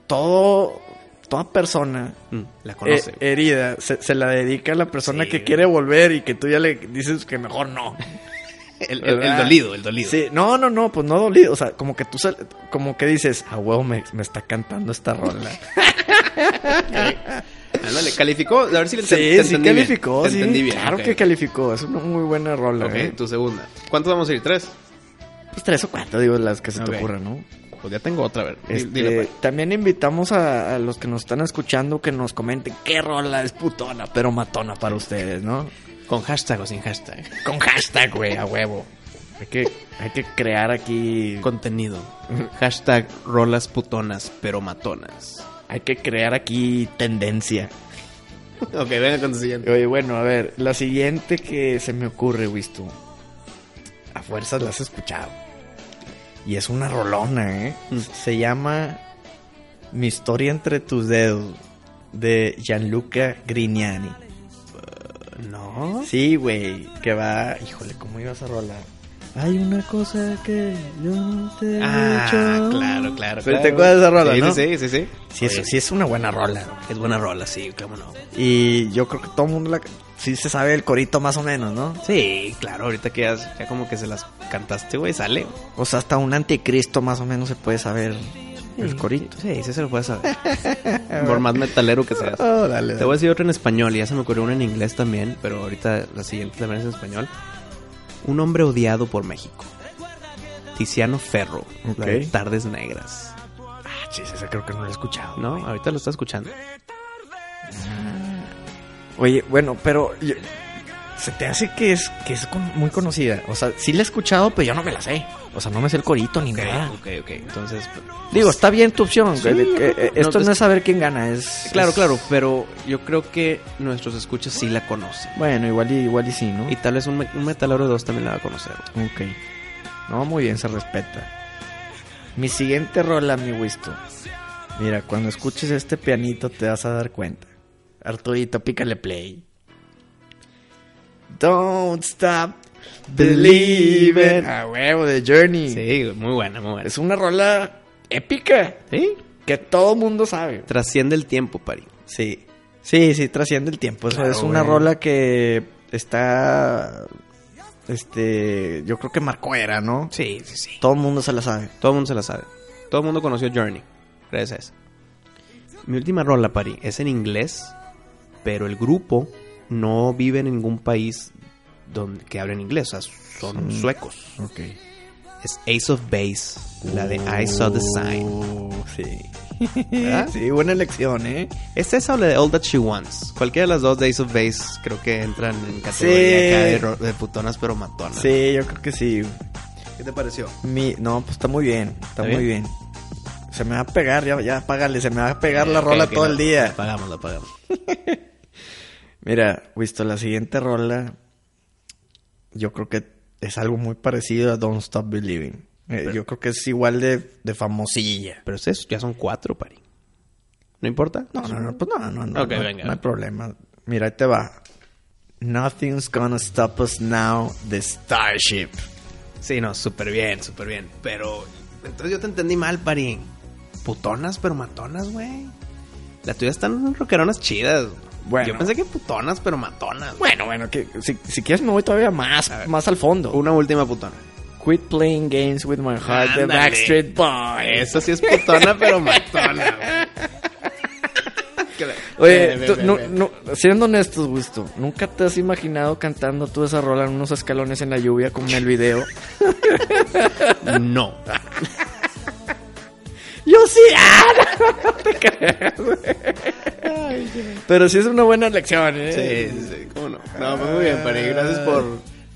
Speaker 2: todo, toda persona
Speaker 1: Mm, la conoce.
Speaker 2: eh,
Speaker 1: güey.
Speaker 2: herida se, se la dedica a la persona
Speaker 1: Sí,
Speaker 2: que
Speaker 1: güey.
Speaker 2: quiere volver y que tú ya le dices que mejor no.
Speaker 1: El, el- el
Speaker 2: ¿verdad?
Speaker 1: dolido, el dolido.
Speaker 2: Sí, no, no, no, pues no dolido. O sea, como que tú, sal- como que dices, ah, huevo, me, me está cantando esta rola.
Speaker 1: Ándale, calificó. A ver si le
Speaker 2: sí,
Speaker 1: te- te
Speaker 2: sí
Speaker 1: entendí bien.
Speaker 2: calificó,
Speaker 1: Te
Speaker 2: sí.
Speaker 1: entendí bien.
Speaker 2: Claro
Speaker 1: ok.
Speaker 2: que calificó, es una muy buena rola. ¿eh?
Speaker 1: Ok, tu segunda. ¿Cuántos vamos a ir? ¿Tres?
Speaker 2: Pues tres o cuatro, digo, las que se
Speaker 1: Ok.
Speaker 2: te ocurran, ¿no?
Speaker 1: Pues ya tengo otra, a ver. Dile,
Speaker 2: Este,
Speaker 1: dile, pues.
Speaker 2: también invitamos a, a los que nos están escuchando que nos comenten qué rola es putona, pero matona para ustedes, ¿no?
Speaker 1: Con hashtag pues. o sin hashtag.
Speaker 2: Con hashtag, güey, a huevo. Hay que, hay que crear aquí.
Speaker 1: Contenido. Hashtag rolas putonas, pero matonas.
Speaker 2: Hay que crear aquí tendencia.
Speaker 1: ok, venga con tu siguiente.
Speaker 2: Oye, bueno, a ver, la siguiente que se me ocurre, Wistu. A fuerzas la has escuchado. Y es una rolona, ¿eh?
Speaker 1: Mm.
Speaker 2: Se llama Mi historia entre tus dedos de Gianluca Grignani.
Speaker 1: No.
Speaker 2: Sí, güey, que va. Híjole, ¿cómo ibas a rolar? Hay una cosa que yo no te he
Speaker 1: Ah,
Speaker 2: dicho.
Speaker 1: claro, claro.
Speaker 2: Sí,
Speaker 1: claro.
Speaker 2: ¿Te acuerdas de esa rola,
Speaker 1: sí,
Speaker 2: no?
Speaker 1: Sí, sí, sí.
Speaker 2: Sí, es,
Speaker 1: Oye,
Speaker 2: sí es una buena rola.
Speaker 1: Es buena rola, sí, cómo no.
Speaker 2: Y yo creo que todo el mundo la. Sí se sabe el corito más o menos, ¿no?
Speaker 1: Sí, claro, ahorita que ya, ya como que se las cantaste, güey, sale.
Speaker 2: O sea, hasta un anticristo más o menos se puede saber el corito.
Speaker 1: Sí, sí se lo puedes saber. Por más metalero que seas.
Speaker 2: Oh, dale,
Speaker 1: Te voy a decir otra en español, y ya se me ocurrió una en inglés también, pero ahorita la siguiente también es en español. Un hombre odiado por México. Tiziano Ferro, la de
Speaker 2: Ok.
Speaker 1: Tardes Negras.
Speaker 2: Ah, chis, esa creo que no la he escuchado.
Speaker 1: ¿No? Ahorita lo está escuchando.
Speaker 2: Oye, bueno, pero yo- se te hace que es que es con- muy conocida. O sea, sí la he escuchado, pero yo no me la sé. O sea, no me sé el corito ni nada.
Speaker 1: ok, ok. Entonces, pues,
Speaker 2: Digo, está bien tu opción.
Speaker 1: Sí,
Speaker 2: que- que-
Speaker 1: yo creo que-
Speaker 2: eh, esto
Speaker 1: no,
Speaker 2: no,
Speaker 1: es-
Speaker 2: es saber quién gana, es...
Speaker 1: claro,
Speaker 2: es-
Speaker 1: claro, pero yo creo que nuestros escuchas sí la conocen.
Speaker 2: Bueno, igual y, igual y sí, ¿no?
Speaker 1: Y tal vez un, me- un metalero de dos también la va a conocer.
Speaker 2: Ok. No, muy bien, se respeta. Mi siguiente rola, mi Wisto. Mira, cuando escuches este pianito te vas a dar cuenta. Arturito, pícale play. Don't stop believing. A huevo de Journey.
Speaker 1: Sí, muy buena, muy buena.
Speaker 2: Es una rola épica
Speaker 1: Sí.
Speaker 2: que todo mundo sabe.
Speaker 1: Trasciende el tiempo, Pari.
Speaker 2: Sí. Sí, sí, trasciende el tiempo. Eso
Speaker 1: Claro,
Speaker 2: es una
Speaker 1: güey.
Speaker 2: rola que está. Este. Yo creo que marcó era, ¿no?
Speaker 1: Sí, sí, sí.
Speaker 2: Todo el mundo se la sabe.
Speaker 1: Todo el mundo se la sabe. Todo el mundo conoció Journey. Gracias a eso. Mi última rola, Pari, es en inglés, pero el grupo no vive en ningún país donde, que hablen inglés. O sea, son
Speaker 2: Sí.
Speaker 1: suecos.
Speaker 2: Ok.
Speaker 1: Es Ace of Base, la de I Saw the Sign.
Speaker 2: Oh, Sí.
Speaker 1: ¿Verdad?
Speaker 2: sí, buena elección, ¿eh?
Speaker 1: ¿Es esa o la de All That She Wants? Cualquiera de las dos de Ace of Base creo que entran en categoría
Speaker 2: Sí.
Speaker 1: acá de, ro- de putonas pero matonas.
Speaker 2: Sí, yo creo que sí.
Speaker 1: ¿Qué te pareció?
Speaker 2: Mi, no, pues está muy bien. Está,
Speaker 1: ¿Está
Speaker 2: muy bien? Se me va a pegar, ya, ya, págale. Se me va a pegar la rola todo el día.
Speaker 1: La pagamos, la pagamos.
Speaker 2: Mira, visto la siguiente rola, yo creo que es algo muy parecido a Don't Stop Believing. Eh, yo creo que es igual de, de famosilla.
Speaker 1: Pero ustedes ya son cuatro, Pari. ¿No importa?
Speaker 2: No, no, no, pues no, no, no.
Speaker 1: Ok,
Speaker 2: no,
Speaker 1: venga.
Speaker 2: no hay problema. Mira, ahí te va. Nothing's gonna stop us now, the Starship.
Speaker 1: Sí, no, súper bien, súper bien. Pero entonces yo te entendí mal, Pari. Putonas, pero matonas, güey. Las tuyas están rockeronas chidas.
Speaker 2: Bueno.
Speaker 1: Yo pensé que putonas, pero matonas.
Speaker 2: Bueno, bueno, que si, si quieres me voy todavía más, más al fondo.
Speaker 1: Una última putona.
Speaker 2: Quit playing games with my heart, the
Speaker 1: Ándale.
Speaker 2: Backstreet Boys.
Speaker 1: Esa sí es putona, pero matona, güey.
Speaker 2: Oye,
Speaker 1: Ve, ve,
Speaker 2: tú-
Speaker 1: ve,
Speaker 2: no-
Speaker 1: ve.
Speaker 2: no- siendo honestos, Gusto, ¿nunca te has imaginado cantando tú esa rola en unos escalones en la lluvia como en el video?
Speaker 1: No.
Speaker 2: ¡Yo sí! ¡Ah! No, no te creas, güey. Pero sí es una buena lección,
Speaker 1: Sí,
Speaker 2: ¿eh?
Speaker 1: sí, sí, cómo no. Ah. No, pues muy bien, Pari. Gracias por,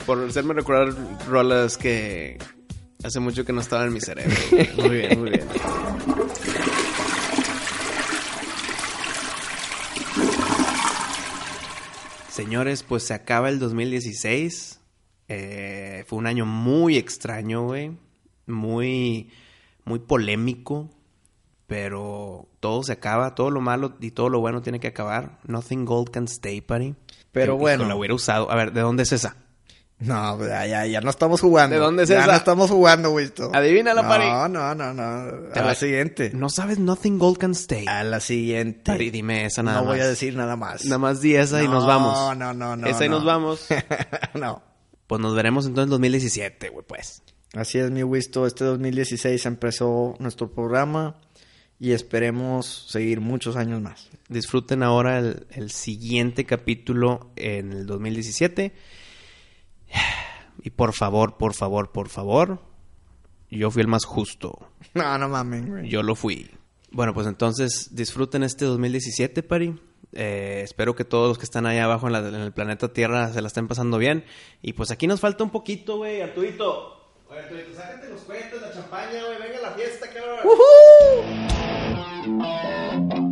Speaker 1: por hacerme recordar rolas que hace mucho que no estaban en mi cerebro. güey. Muy bien, muy bien. Señores, pues se acaba el 2016. Eh, fue un año muy extraño, güey. Muy, muy polémico. Pero todo se acaba, todo lo malo y todo lo bueno tiene que acabar. Nothing gold can stay, buddy.
Speaker 2: Pero
Speaker 1: Eh,
Speaker 2: bueno.
Speaker 1: hijo, la hubiera usado. A ver, ¿de dónde es esa?
Speaker 2: No, pues, ya, ya, ya no estamos jugando.
Speaker 1: ¿De dónde es
Speaker 2: ya
Speaker 1: esa?
Speaker 2: no estamos jugando, Gusto.
Speaker 1: Adivínala,
Speaker 2: no,
Speaker 1: Pari.
Speaker 2: No, no, no.
Speaker 1: Te
Speaker 2: A
Speaker 1: va-
Speaker 2: la siguiente.
Speaker 1: No sabes Nothing gold can stay.
Speaker 2: A la siguiente.
Speaker 1: Pari, dime esa nada
Speaker 2: no
Speaker 1: más.
Speaker 2: voy a decir nada más.
Speaker 1: Nada más di esa y nos
Speaker 2: No,
Speaker 1: vamos.
Speaker 2: no, no, no,
Speaker 1: Esa y
Speaker 2: no.
Speaker 1: nos vamos.
Speaker 2: no.
Speaker 1: Pues nos veremos entonces en 2017, güey, pues.
Speaker 2: Así es, mi Wisto. Este 2016 empezó nuestro programa y esperemos seguir muchos años más.
Speaker 1: Disfruten ahora el, el siguiente capítulo en el 2017. Y por favor, por favor, por favor, yo fui el más justo.
Speaker 2: No, no mames.
Speaker 1: Yo lo fui. Bueno, pues entonces disfruten este 2017, Pari. Eh, espero que todos los que están allá abajo en, la- en el planeta Tierra se la estén pasando bien. Y pues aquí nos falta un poquito, güey, Arturito. Oye, Arturito, sácate ¡Uh! los cuentos, la champaña, güey. Venga la fiesta, cabrón.